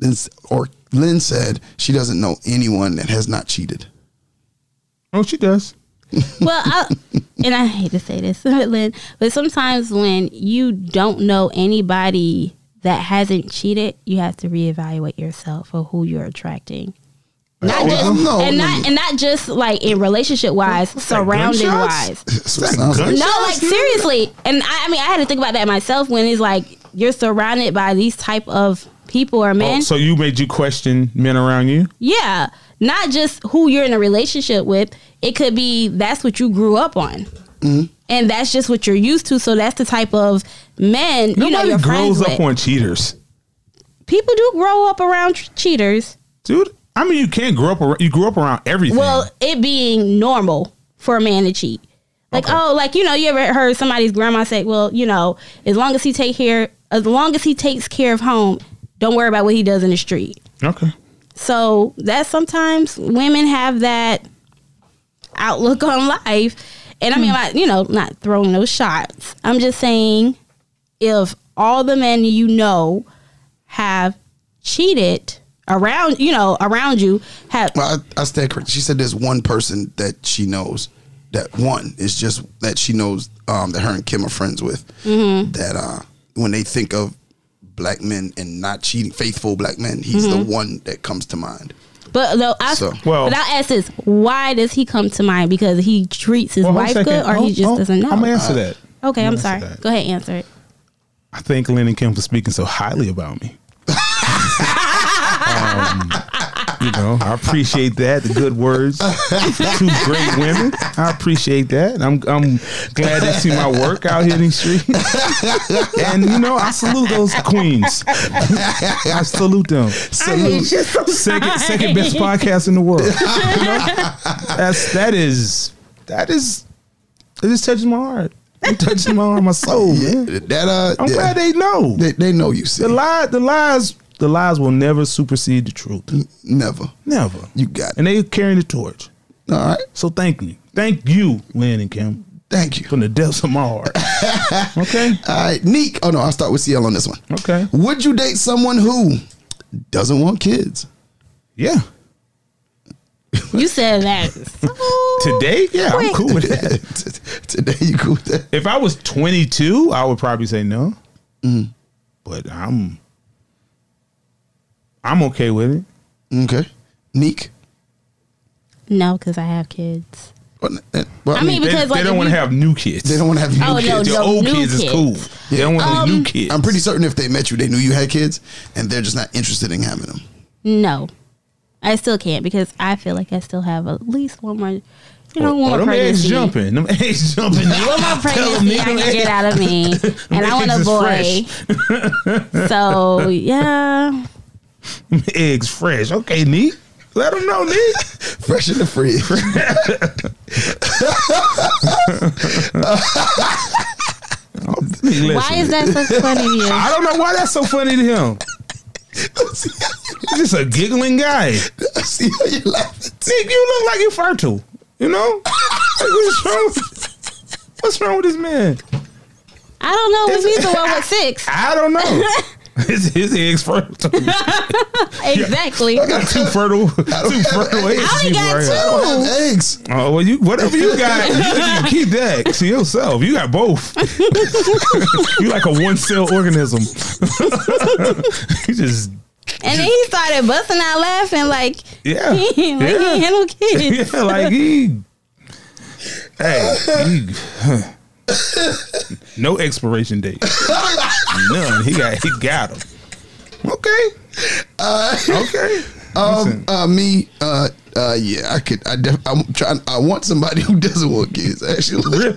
Lynn s- or Lynn said she doesn't know anyone that has not cheated. Oh, she does. well, I, and I hate to say this, Lynn, but sometimes when you don't know anybody that hasn't cheated, you have to reevaluate yourself for who you're attracting. Not No, just no, and no, not no. and not just like in relationship wise, surrounding wise. gunshots? That's what it sounds like. No, like seriously, and I, I mean, I had to think about that myself when it's like you're surrounded by these type of people or Oh, men. so you made you question men around you? yeah, not just who you're in a relationship with. It could be that's what you grew up on, and that's just what you're used to. So that's the type of men you know Nobody your friends grows up with. on cheaters, People do grow up around tr- cheaters. dude. I mean, you can't grow up. Around, you grew up around everything. Well, it being normal for a man to cheat. Like Okay. oh, like you know, you ever heard somebody's grandma say, "Well, you know, as long as he take care, as long as he takes care of home, don't worry about what he does in the street." okay. So that sometimes women have that outlook on life. And I Hmm. mean, like, you know, not throwing those shots. I'm just saying if all the men you know have cheated around, you know, around you have, Well, I, I stand corrected. She said there's one person that she knows. That one is just that she knows um, that her and Kim are friends with. That uh, when they think of black men and not cheating, faithful black men, he's the one that comes to mind. But though I So- Well- well, but I ask this: Why does he come to mind? Because he treats his Well, hold wife a second. good, or he Hold- just hold- doesn't know? I'm gonna answer that. okay, I'm answer sorry. that. Go ahead, answer it. I thank Lynn and Kim for speaking so highly about me. Um, you know, I appreciate that. The good words, two great women. I appreciate that. I'm I'm glad they see my work out here in these streets. and you know, I salute those queens. I salute them. hate you so second second best podcast in the world. You know? That's that is that is it just touches my heart. It touches my heart, my soul, man. That uh, Oh, I'm yeah. glad they know. they they know you. the Sid. lie, the lies, the lies will never supersede the truth. Never. Never. You got it. And they carrying the torch. All right. So thank you, thank you, Lynn and Kim, Thank you. from the depths of my heart. okay. All right, Neek. Oh no, I'll start with CL on this one. Okay. Would you date someone who doesn't want kids? Yeah. You said that. so- Today, yeah, I'm Quick. cool with that. Today you cool with that? If I was 22, I would probably say no. Mm-hmm. But I'm, I'm okay with it. Okay. Neek. No, because I have kids. Well, n- well, eh, I, I mean, mean, They, because they like if don't want to you- have new kids. they don't want to have new Oh, kids. no, The no, old new kids, is kids. cool. They don't want any new Um, kids. I'm pretty certain if they met you, they knew you had kids, and they're just not interested in having them. No, I still can't because I feel like I still have at least one more. You know, Oh, one more them eggs pregnancy. jumping. Them eggs jumping. One more pregnancy I can get out of me, and I want eggs a is boy. so yeah, eggs fresh. Okay, Neek. Let them know, Neek. Fresh in the fridge. why is that so funny to you? I don't know why that's so funny to him. see, how He's just a giggling guy. Nick, you, see how you laughing? you look like you're fertile. You know? Like, what's wrong? with- What's wrong with this man? I don't know. If he's the one with six. I don't know. His, his eggs fertile. Exactly. Too fertile. Too fertile eggs. only you got worry about. two. I don't have eggs. Oh well, you whatever you got, you keep that to yourself. You got both. you like a one cell organism. you just And then he started busting out laughing like, yeah, like he ain't yeah. had no kids. yeah, like he. Hey, he, no expiration date. None. He got he got him. Okay. Uh, okay. Um, uh, me, uh, uh, yeah, I could. I def- I'm trying. I want somebody who doesn't want kids. Actually, Really?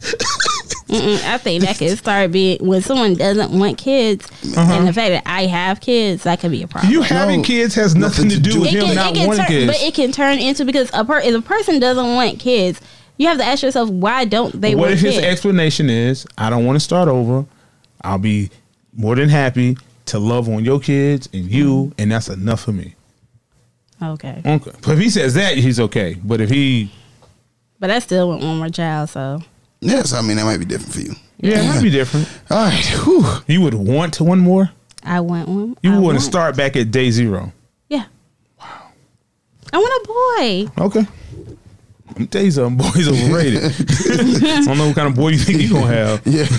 Mm-mm, Mm, I think that could start being when someone doesn't want kids, Uh-huh. and the fact that I have kids, that could be a problem. You having kids has nothing to do with him not wanting turn, kids. but it can turn into because a per, if a person doesn't want kids, you have to ask yourself why don't they what want if kids? his explanation is i don't want to start over i'll be more than happy to love on your kids and you and that's enough for me okay, okay but if he says that he's okay but if he but I still want one more child, so yeah. So I mean, that might be different for you. yeah it might be different All right. Whew. you would want to one more I want one. you I would want want- to start back at day zero Yeah. Wow. I want a boy. okay I'm tell you something, boys overrated. I don't know what kind of boy you think you're gonna have. Yeah.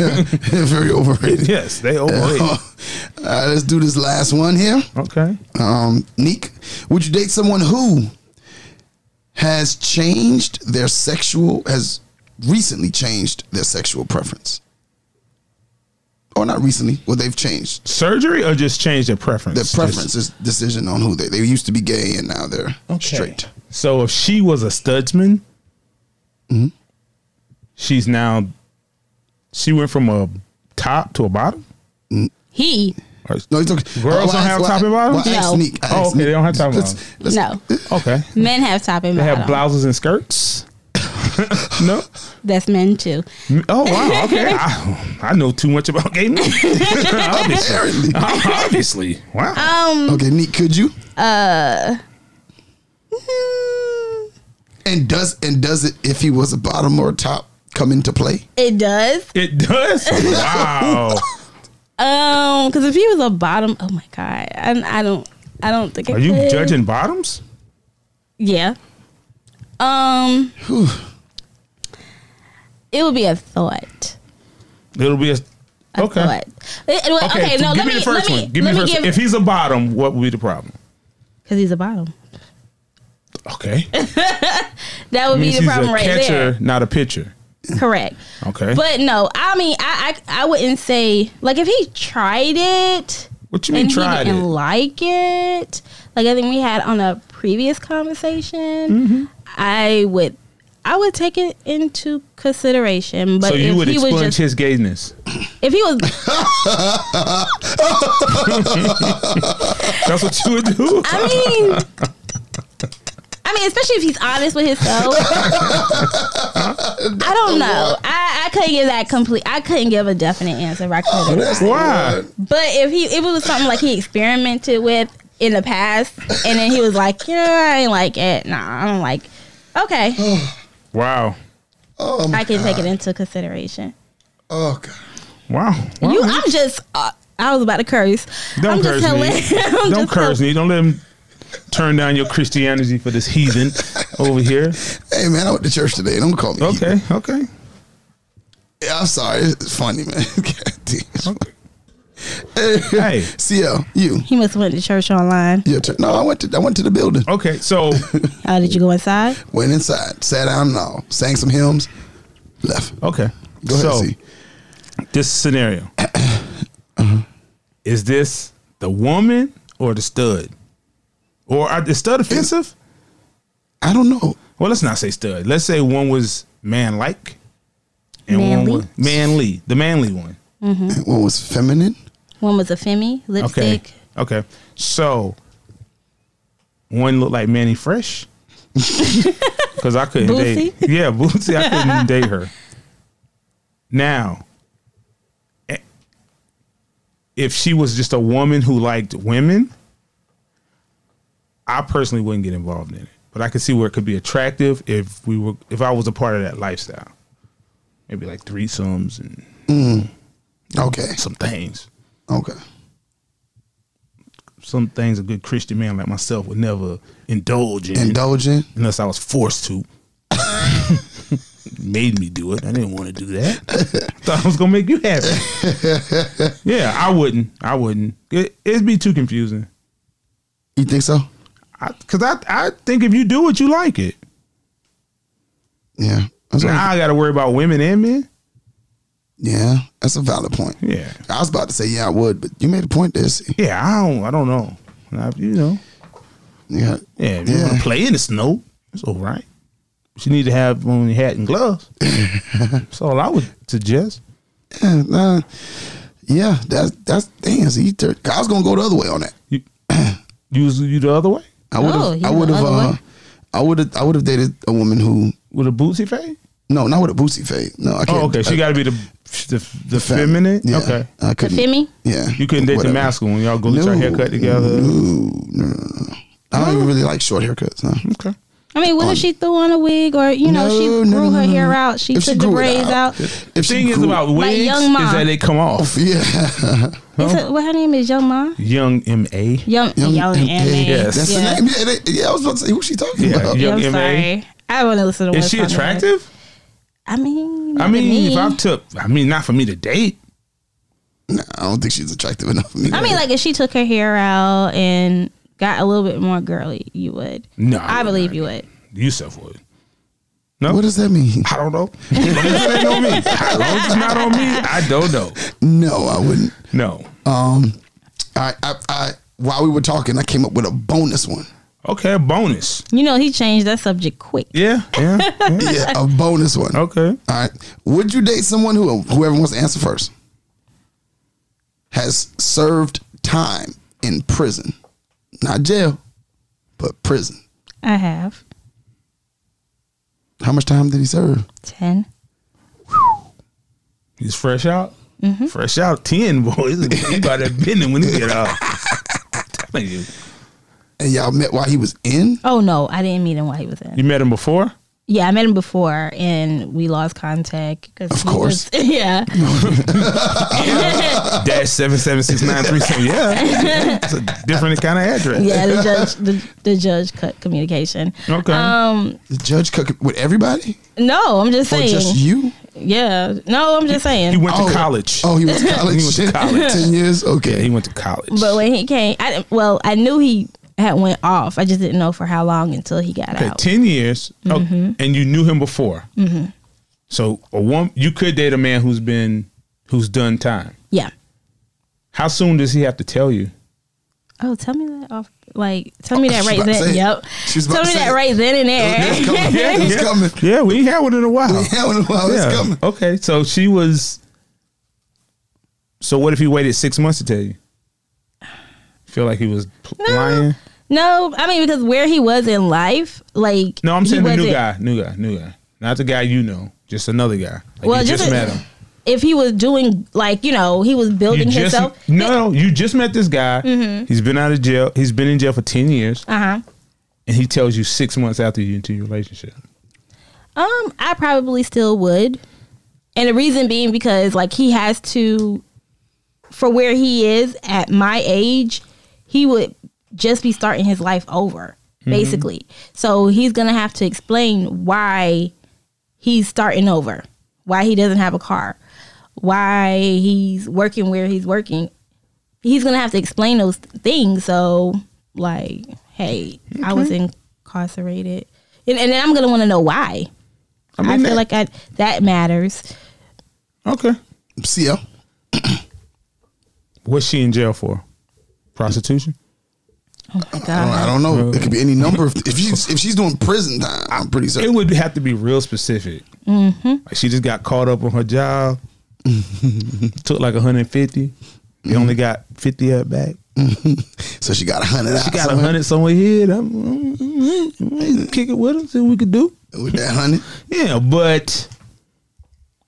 Very overrated. Yes, they overrated. All right, let's do this last one here. Okay. Um, Neek, would you date someone who has changed their sexual has recently changed their sexual preference? Or not recently. Well, they've changed Surgery or just change their preference? their Just- preference is decision on who they they used to be gay and now they're Okay. straight. So if she was a studsman, she's now she went from a top to a bottom. He. Or- No, it's okay. Girls don't have top and bottom? Well, I asked No. Neek, I Oh, asked okay, they don't have top and Let's- bottom. let's- No, okay, men have top and they bottom. have blouses and skirts. no. That's men too. Oh wow. Okay. I, I know too much about gay men. obviously. obviously. Wow. Um, Okay, Neek, could you? Hmm. And does and does it if he was a bottom or a top come into play? It does. it does. Wow. Um, because if he was a bottom, oh my god, I, I don't, I don't think. I Are you could. judging bottoms? Yeah. Um. It would be a thought. It'll be a A okay. Thought. It- it would- Eh, okay. Okay, No. give let me, the first let one. Give me let the first. give- if he's a bottom, what would be the problem? Cause he's a bottom. Okay. That would be Means the he's problem a right catcher, not a pitcher. there. Correct. Okay. But no, I mean, I, I I wouldn't say like if he tried it what you mean and he tried didn't it? like it. Like I think we had on a previous conversation. Mm-hmm. I would I would take it into consideration. But So you if would he was expunge just his gayness. if he was, That's what you would do. I mean. I mean, especially if he's honest with himself. I don't know. I, I couldn't give that complete. I couldn't give a definite answer. If I could Oh, or not. Why? But if he, if it was something like he experimented with in the past, and then he was like, you know, I ain't like it. Nah, I don't like. Okay, Oh, Wow. I can take it into consideration. Um, Oh God. Wow. wow. You, I'm just. Uh, I was about to curse. Don't I'm curse just me. hilarious. I'm Don't just curse me. Don't let him turn down your Christianity for this heathen over here. Hey man, I went to church today. Don't call me. Okay. Okay. Yeah, I'm sorry. It's funny, man. God damn. okay. Hey, Hey. CL, you. He must have went to church online. Your turn. No, I went to I went to the building. Okay. So Oh, did you go inside? Went inside, sat down, and all, sang some hymns, left. okay. Go ahead, so C. this scenario Uh-huh. is this the woman or the stud? Or are, is stud offensive? I don't know. Well, let's not say stud. Let's say one was man like, and Manly? one was manly, the manly one. Hmm? One was feminine. One was a femi Okay. lipstick. Okay. So one looked like Manny Fresh. Because I couldn't date. Bootsy? Yeah, Bootsy. I couldn't date her. Now, eh, if she was just a woman who liked women, I personally wouldn't get involved in it. But I could see where it could be attractive if we were if I was a part of that lifestyle. Maybe like threesomes and Okay. some things. Okay. some things a good Christian man like myself would never indulge in Indulgent. unless I was forced to. Made me do it. I didn't want to do that. Thought I was gonna make you happy. yeah, I wouldn't. I wouldn't. It, it'd be too confusing. You think so? I, Cause I, I think if you do it, you like it. Yeah. That's what- Now I got to worry about women and men. yeah. That's a valid point. Yeah, I was about to say yeah, I would, but you made a point there. See, yeah. I don't. I don't know. I- you know. yeah, Yeah, if you Yeah. want to play in the snow, it's all right. But you need to have on your hat and gloves. That's all I would suggest. yeah, nah, yeah. That's that's damn. See, you tur- I was gonna go the other way on that. You, you was you the other way I would have. Oh, you I went would have. the other Uh, way? I would have. I would have dated a woman who with a bootsy fade. no, not with a bootsy fade. No, I can't. Oh, okay. She I- got to be the the, the feminine. uh, Yeah, Okay. I couldn't. Femi. Yeah, You couldn't date whatever. the masculine when y'all go get your No, haircut together. No, no, no, no. I don't even really like short haircuts. No. Okay. I mean, what On- if she threw on a wig or you know she No, grew no, her no, no, no. hair out? She If took the grew it braids out. If she Thing is grew it- about Like wigs Young is Ma. that they come off. yeah, It's a- what her name is Young Ma. Young M A. Young Young, and Anime. big. Yes. That's yeah. the name. Yeah, they- yeah, I was about to say who she talking Yeah, about. yeah. Young MA. I'm sorry. I want to listen to. Is one she song of hers. attractive? I mean, I mean, if I took, I mean, not for me to date. Nah, I don't think she's attractive enough. For me I mean, like if she took her hair out and got a little bit more girly, you would. No, I, believe you would. Yusuf would. No, what does that mean? I don't know. As long as it ain't on me. As long as it's not on me, I don't know. No, I wouldn't. No. Um, I, I, I, while we were talking, I came up with a bonus one. Okay, a bonus. You know, he changed that subject quick. Yeah, yeah, yeah. Yeah, a bonus one. Okay. All right. Would you date someone who, whoever wants to answer first, has served time in prison, not jail, but prison? I have How much time did he serve? ten. He's fresh out. Mm-hmm. Fresh out ten boys. He about to bend him when he get out. I'm telling you. And y'all met while he was in? Oh no, I didn't meet him while he was in. You met him before? Yeah, I met him before, and we lost contact. Cause Of he course. was- yeah. Dash seven seven six nine three seven. Yeah. It's a different kind of address. yeah, the judge the, the judge cut communication. Okay. Um, The judge cooked with everybody? no, I'm just Or saying. just you? yeah, no, I'm just saying. he went Oh. to college. Oh, he went to college. He went to college. Ten years? Yeah, Okay. he went to college. But when he came, I didn't- well, I knew he had went off. I just didn't know for how long until he got Okay, out. ten years, oh, Mm-hmm. and you knew him before. So a woman, you could date a man who's been who's done time. yeah. How soon does he have to tell you? Oh, tell me that off. Like, tell me that She right Oh, about to say then. it. Yep. She was about Tell to me say that it. right then and It's there. coming. It's coming. Yeah, we ain't had one in a while. Yeah, I don't know how Oh, it's coming. Okay, so she was. So what if he waited six months to tell you? Feel like he was pl- lying. no, I mean because where he was in life, like No, I'm he saying the new wasn't- guy, new guy, new guy, not the guy you know, just another guy. Like Well, you just, just a- met him. If he was doing like you know he was You building Mm-hmm. just himself. no, you just met this guy. He's been out of jail. He's been in jail for ten years, Uh huh. and he tells you six months after you into your relationship. Um, I probably still would. And the reason being because like he has to for where he is at my age, he would just be starting his life over, Mm-hmm. basically. So he's gonna have to explain why he's starting over, why he doesn't have a car, why he's working where he's working. He's gonna have to explain those things. So like, hey, I was incarcerated. And, and then I'm gonna wanna know why. I, mean, feel that- like I, that matters. Okay, CL. what's she in jail for? Prostitution. Oh my I don't, God. I don't know. It could be any number of if she's if she's doing prison time. I'm pretty It certain. would have to be real specific. Mm-hmm. Like she just got caught up on her job. took like 150. You only got 50 up back. So she got a hundred. She got 100 somewhere here. I'm, mm, mm, mm, kick it with her, see what we could do. with that hundred. Yeah, but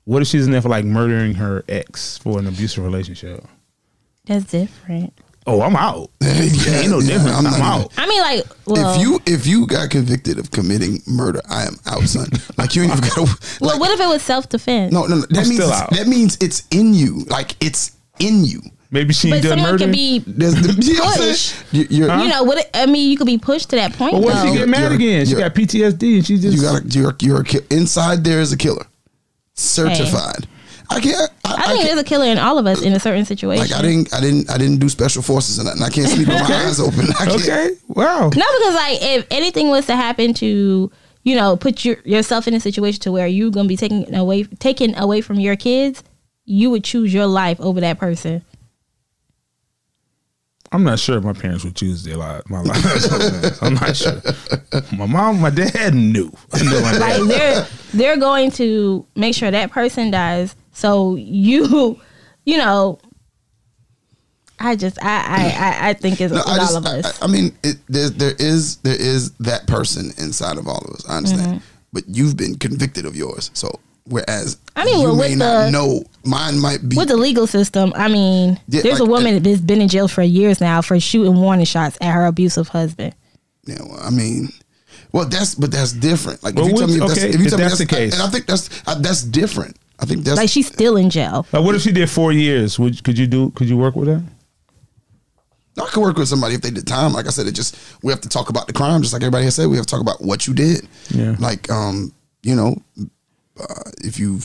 what if she's in there for like murdering her ex for an abusive relationship? That's different. Oh, I'm out. Yeah, Ain't no yeah, difference. I'm I'm, not- out. I mean, like, well, If you if you got convicted of committing murder, I am out, son. Like you ain't even got. to well, what if it was self defense? No, no, no. That I'm means still it's- out. that means it's in you. Like it's in you. Maybe she but ain't done someone murder. could be, There's the, you know what I'm Push. saying? You, you're, Huh? you know, what I mean, you could be pushed to that point. But what if though. she get mad You're- again? She you're- got PTSD and she just you got a, you're you're a ki- inside. There is a killer, certified. I can't. I, I think can't- there's a killer in all of us in a certain situation. Like I didn't, I didn't, I didn't do special forces and nothing. I can't sleep with my eyes open. I can't. Okay. Wow. no, because like if anything was to happen to you know put your, yourself in a situation to where you gonna be taken away taken away from your kids, you would choose your life over that person. I'm not sure if my parents would choose their li- my lives. I'm not sure. My mom, my dad knew. I know my dad. Like they're they're going to make sure that person dies. So you, you know, I just I I I, I think it's No, with I just, all of I- us. I, I mean, it, there, there is, there is that person inside of all of us. I Mm-hmm. understand, but you've been convicted of yours. So whereas I mean, you well, may with not the- know, mine might be. with the legal system, I mean, Yeah, there's like, a woman uh, that's been in jail for years now for shooting warning shots at her abusive husband. Yeah, well, I mean, well, that's but that's different. Like Well, if you tell what's- me that's, okay, if you if tell me that's the case. and I think that's I, that's different. I think that's Like she's still in jail. Like, what if she did four years? Would could you do? Could you work with that? I could work with somebody if they did time. Like I said, it just we have to talk about the crime, just like everybody has said. We have to talk about what you did. Yeah. Like, um, you know, uh, if you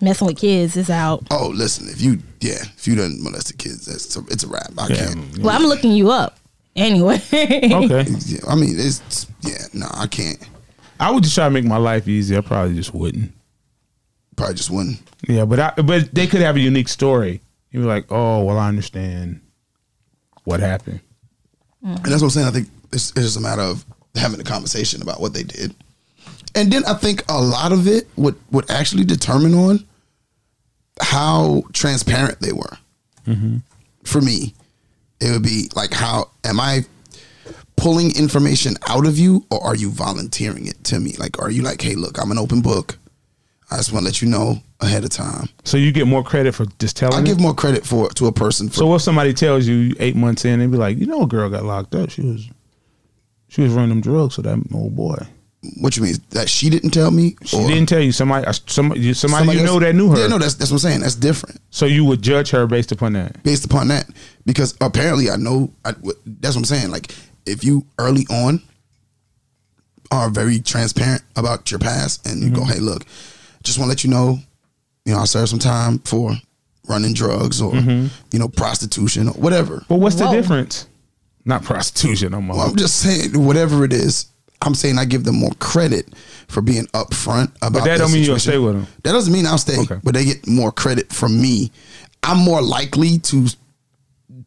Messing with kids is out. oh listen, if you yeah, if you done molested kids, that's a, it's a wrap. I can't. Well, I'm looking you up anyway. Okay. Yeah, I mean, it's yeah, no, I can't. I would just try to make my life easy. I probably just wouldn't. Probably just wouldn't. Yeah, but I, but they could have a unique story. You'd be like, oh, well, I understand what happened. And that's what I'm saying. I think it's, it's just a matter of having a conversation about what they did. And then I think a lot of it would, would actually determine on how transparent they were. Mm-hmm. For me, it would be like, how am I pulling information out of you or are you volunteering it to me? Like, are you like, hey, look, I'm an open book. I just want to let you know ahead of time. So you get more credit for just telling. I it? give more credit for to a person for so what if somebody tells you eight months in, they'd be like, you know, a girl got locked up. She was, she was running them drugs with that old boy. what you mean that she didn't tell me. She didn't tell you somebody. uh, Somebody, you- somebody, you know else- that knew her. Yeah, no, that's that's what I'm saying. That's different so you would judge her based upon that. based upon that because apparently I know I, wh- that's what I'm saying. Like if you early on are very transparent about your past and you Mm-hmm. go, hey, look, just want to let you know, you know, I served some time Mm-hmm. for running drugs or you know prostitution or whatever. But what's Whoa. the difference? Not prostitution. I'm Well, I'm just saying, whatever it is, I'm saying I give them more credit for being upfront about. that their don't mean you'll situation. stay with 'em. That doesn't mean I'll stay, Okay. but they get more credit from me. I'm more likely to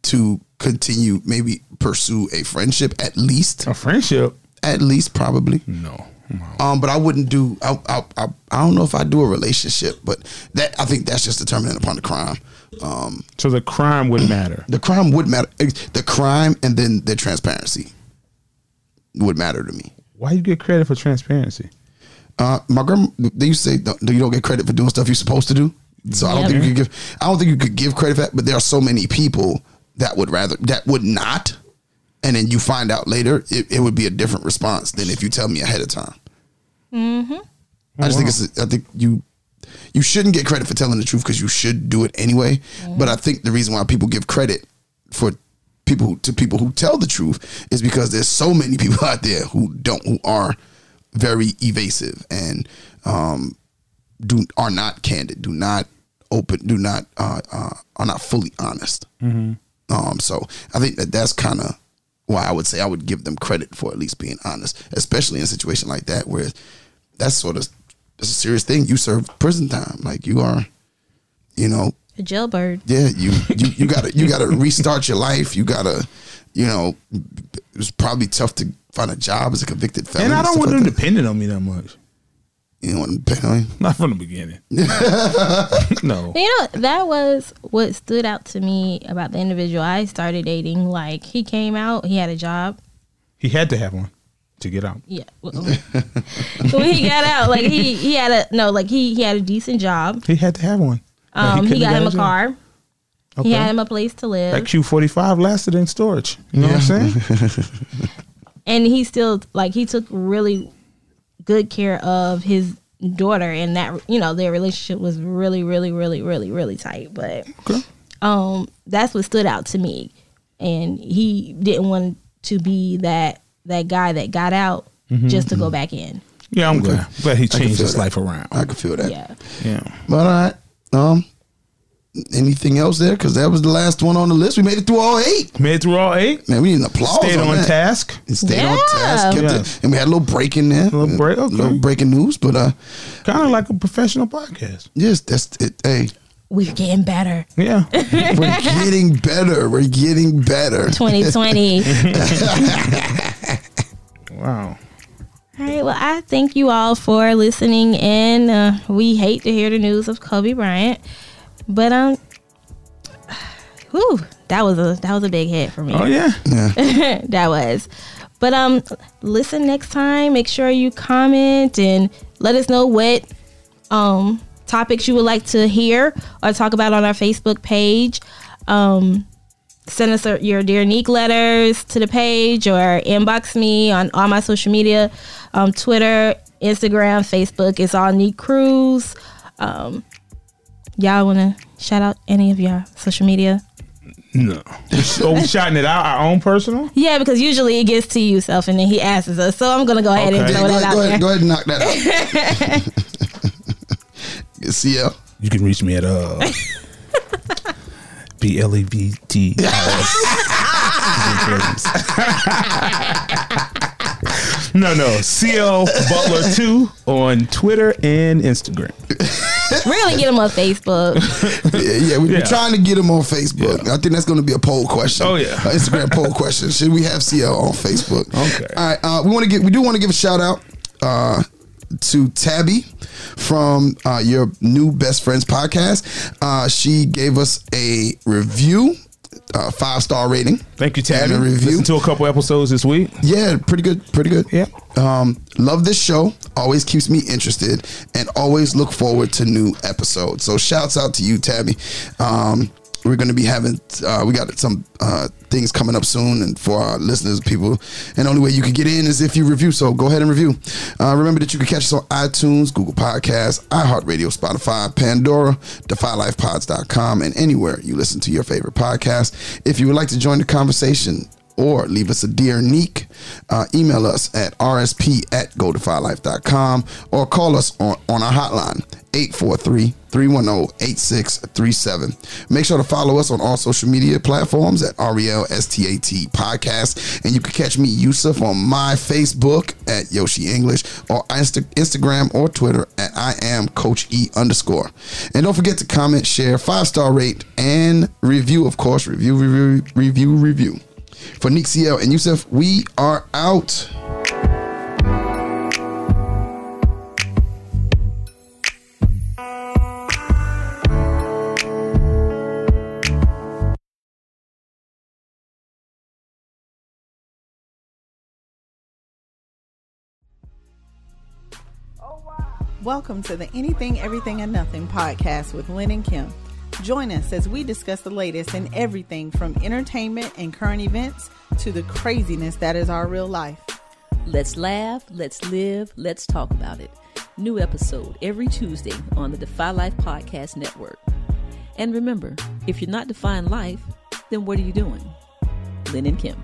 to continue, maybe pursue a friendship at least, a friendship. at least probably. No. No. Um, but I wouldn't do. I, I, I, I don't know if I do a relationship, but that I think that's just determinant upon the crime. Um, So the crime would matter. the crime would matter. eh, The crime and then the transparency would matter to me. Why you get credit for transparency? Uh, my grandma, they used to say don't, you don't get credit for doing stuff you're supposed to do. So I don't Yep. think you could give. I don't think you could give credit for that. But there are so many people that would rather that would not, and then you find out later it, it would be a different response than if you tell me ahead of time. I just think it's. I think you you shouldn't get credit for telling the truth because you should do it anyway. But I think the reason why people give credit for people who- to people who tell the truth is because there's so many people out there who don't who are very evasive and um, do are not candid, do not open, do not uh, uh, are not fully honest. Um, so I think that that's kind of why I would say I would give them credit for at least being honest, especially in a situation like that where that's sort of it's a serious thing. You serve prison time, like you are, you know, A jailbird. yeah, you you, you gotta you gotta restart your life. You gotta, you know, it was probably tough to find a job as a convicted felon. And I don't stuff want like them that. dependent on me that much. You know, and apparently- Not from the beginning. no. You know, that was what stood out to me about the individual I started dating. Like, he came out, he had a job. He had to have one to get out. Yeah. well, when he got out, like he he had a no, like he he had a decent job. He had to have one. Like, Um, he, couldn't got have him a job. car. Okay. He had him a place to live, that Q45 lasted in storage. You know what I'm saying? and he still like he took really good care of his daughter, and that you know their relationship was really, really, really, really, really tight. But um, that's what stood out to me, and he didn't want to be that that guy that got out Mm-hmm. just to go back in. Yeah, I'm glad. Glad he changed feel his that. life around. I can feel that. Yeah. Yeah. But all right, um, anything else there? Because that was the last one on the list. We made it through all eight. Made through all eight. Man, we need an applause. Stayed on, on that. task. It stayed on Yeah. task, kept it, and we had a little break in there. A little break, okay. little breaking news, but uh, Kind of like a professional podcast. yes, that's it. Hey, We're getting better. Yeah. we're getting better. We're getting better. 2020. wow. All right. Well, I thank you all for listening in. Uh, we hate to hear the news of Kobe Bryant, but um, whew, that was a that was a big hit for me. Oh, yeah. that was. But um, listen next time. Make sure you comment and let us know what um topics you would like to hear or talk about on our Facebook page. Um, send us a- your dear Neek letters to the page or inbox me on all my social media, um, Twitter, Instagram, Facebook. It's all Neek Cruz. Um, y'all wanna shout out any of your social media? No. so we shouting it out, our own personal? Yeah, because usually it gets to you, self, and then he asks us. So I'm gonna go ahead and Okay. throw Go that ahead, out there. go ahead, go ahead and knock that out. See ya. You can reach me at uh B L E V T I S. No, no. CL Butler 2 on Twitter and Instagram. We're gonna get him on Facebook. Yeah, yeah we, Yeah. are trying to get him on Facebook. I think that's going to be a poll question. Oh, yeah. Uh, Instagram poll question. Should we have CL on Facebook? Okay. All right. Uh, we want to get. We do want to give a shout out uh, to Tabby from uh, your new best friends podcast. Uh, she gave us a review, uh, five star rating. Thank you, And Tabby. a review. Listen to a couple episodes this week. Yeah, pretty good. Pretty good. Yeah. Um, love this show. Always keeps me interested and always look forward to new episodes. So shouts out to you, Tabby. Um, we're going to be having, uh, we got some uh, things coming up soon and for our listeners, people. And the only way you can get in is if you review. So go ahead and review. Uh, remember that you can catch us on iTunes, Google Podcasts, iHeartRadio, Spotify, Pandora, DefyLifePods.com, and anywhere you listen to your favorite podcast. If you would like to join the conversation, or leave us a dear Neek. Uh, email us at rsp at goldifylife.com or call us on, on our hotline 843-310-8637. Make sure to follow us on all social media platforms at E RELSTAT Podcast. And you can catch me, Yusuf, on my Facebook at Yoshi English or Insta- Instagram or Twitter at I am Coach E underscore. And don't forget to comment, share, five-star rate, and review, of course. Review, review, review, review. For Nick CL and Yusuf, we are out. Welcome to the Anything, Everything, and Nothing podcast with Lynn and Kim. Join us as we discuss the latest in everything from entertainment and current events to the craziness that is our real life. Let's laugh, let's live, let's talk about it. New episode every Tuesday on the Defy Life Podcast Network. And remember, if you're not defying life, then what are you doing? Lynn and Kim.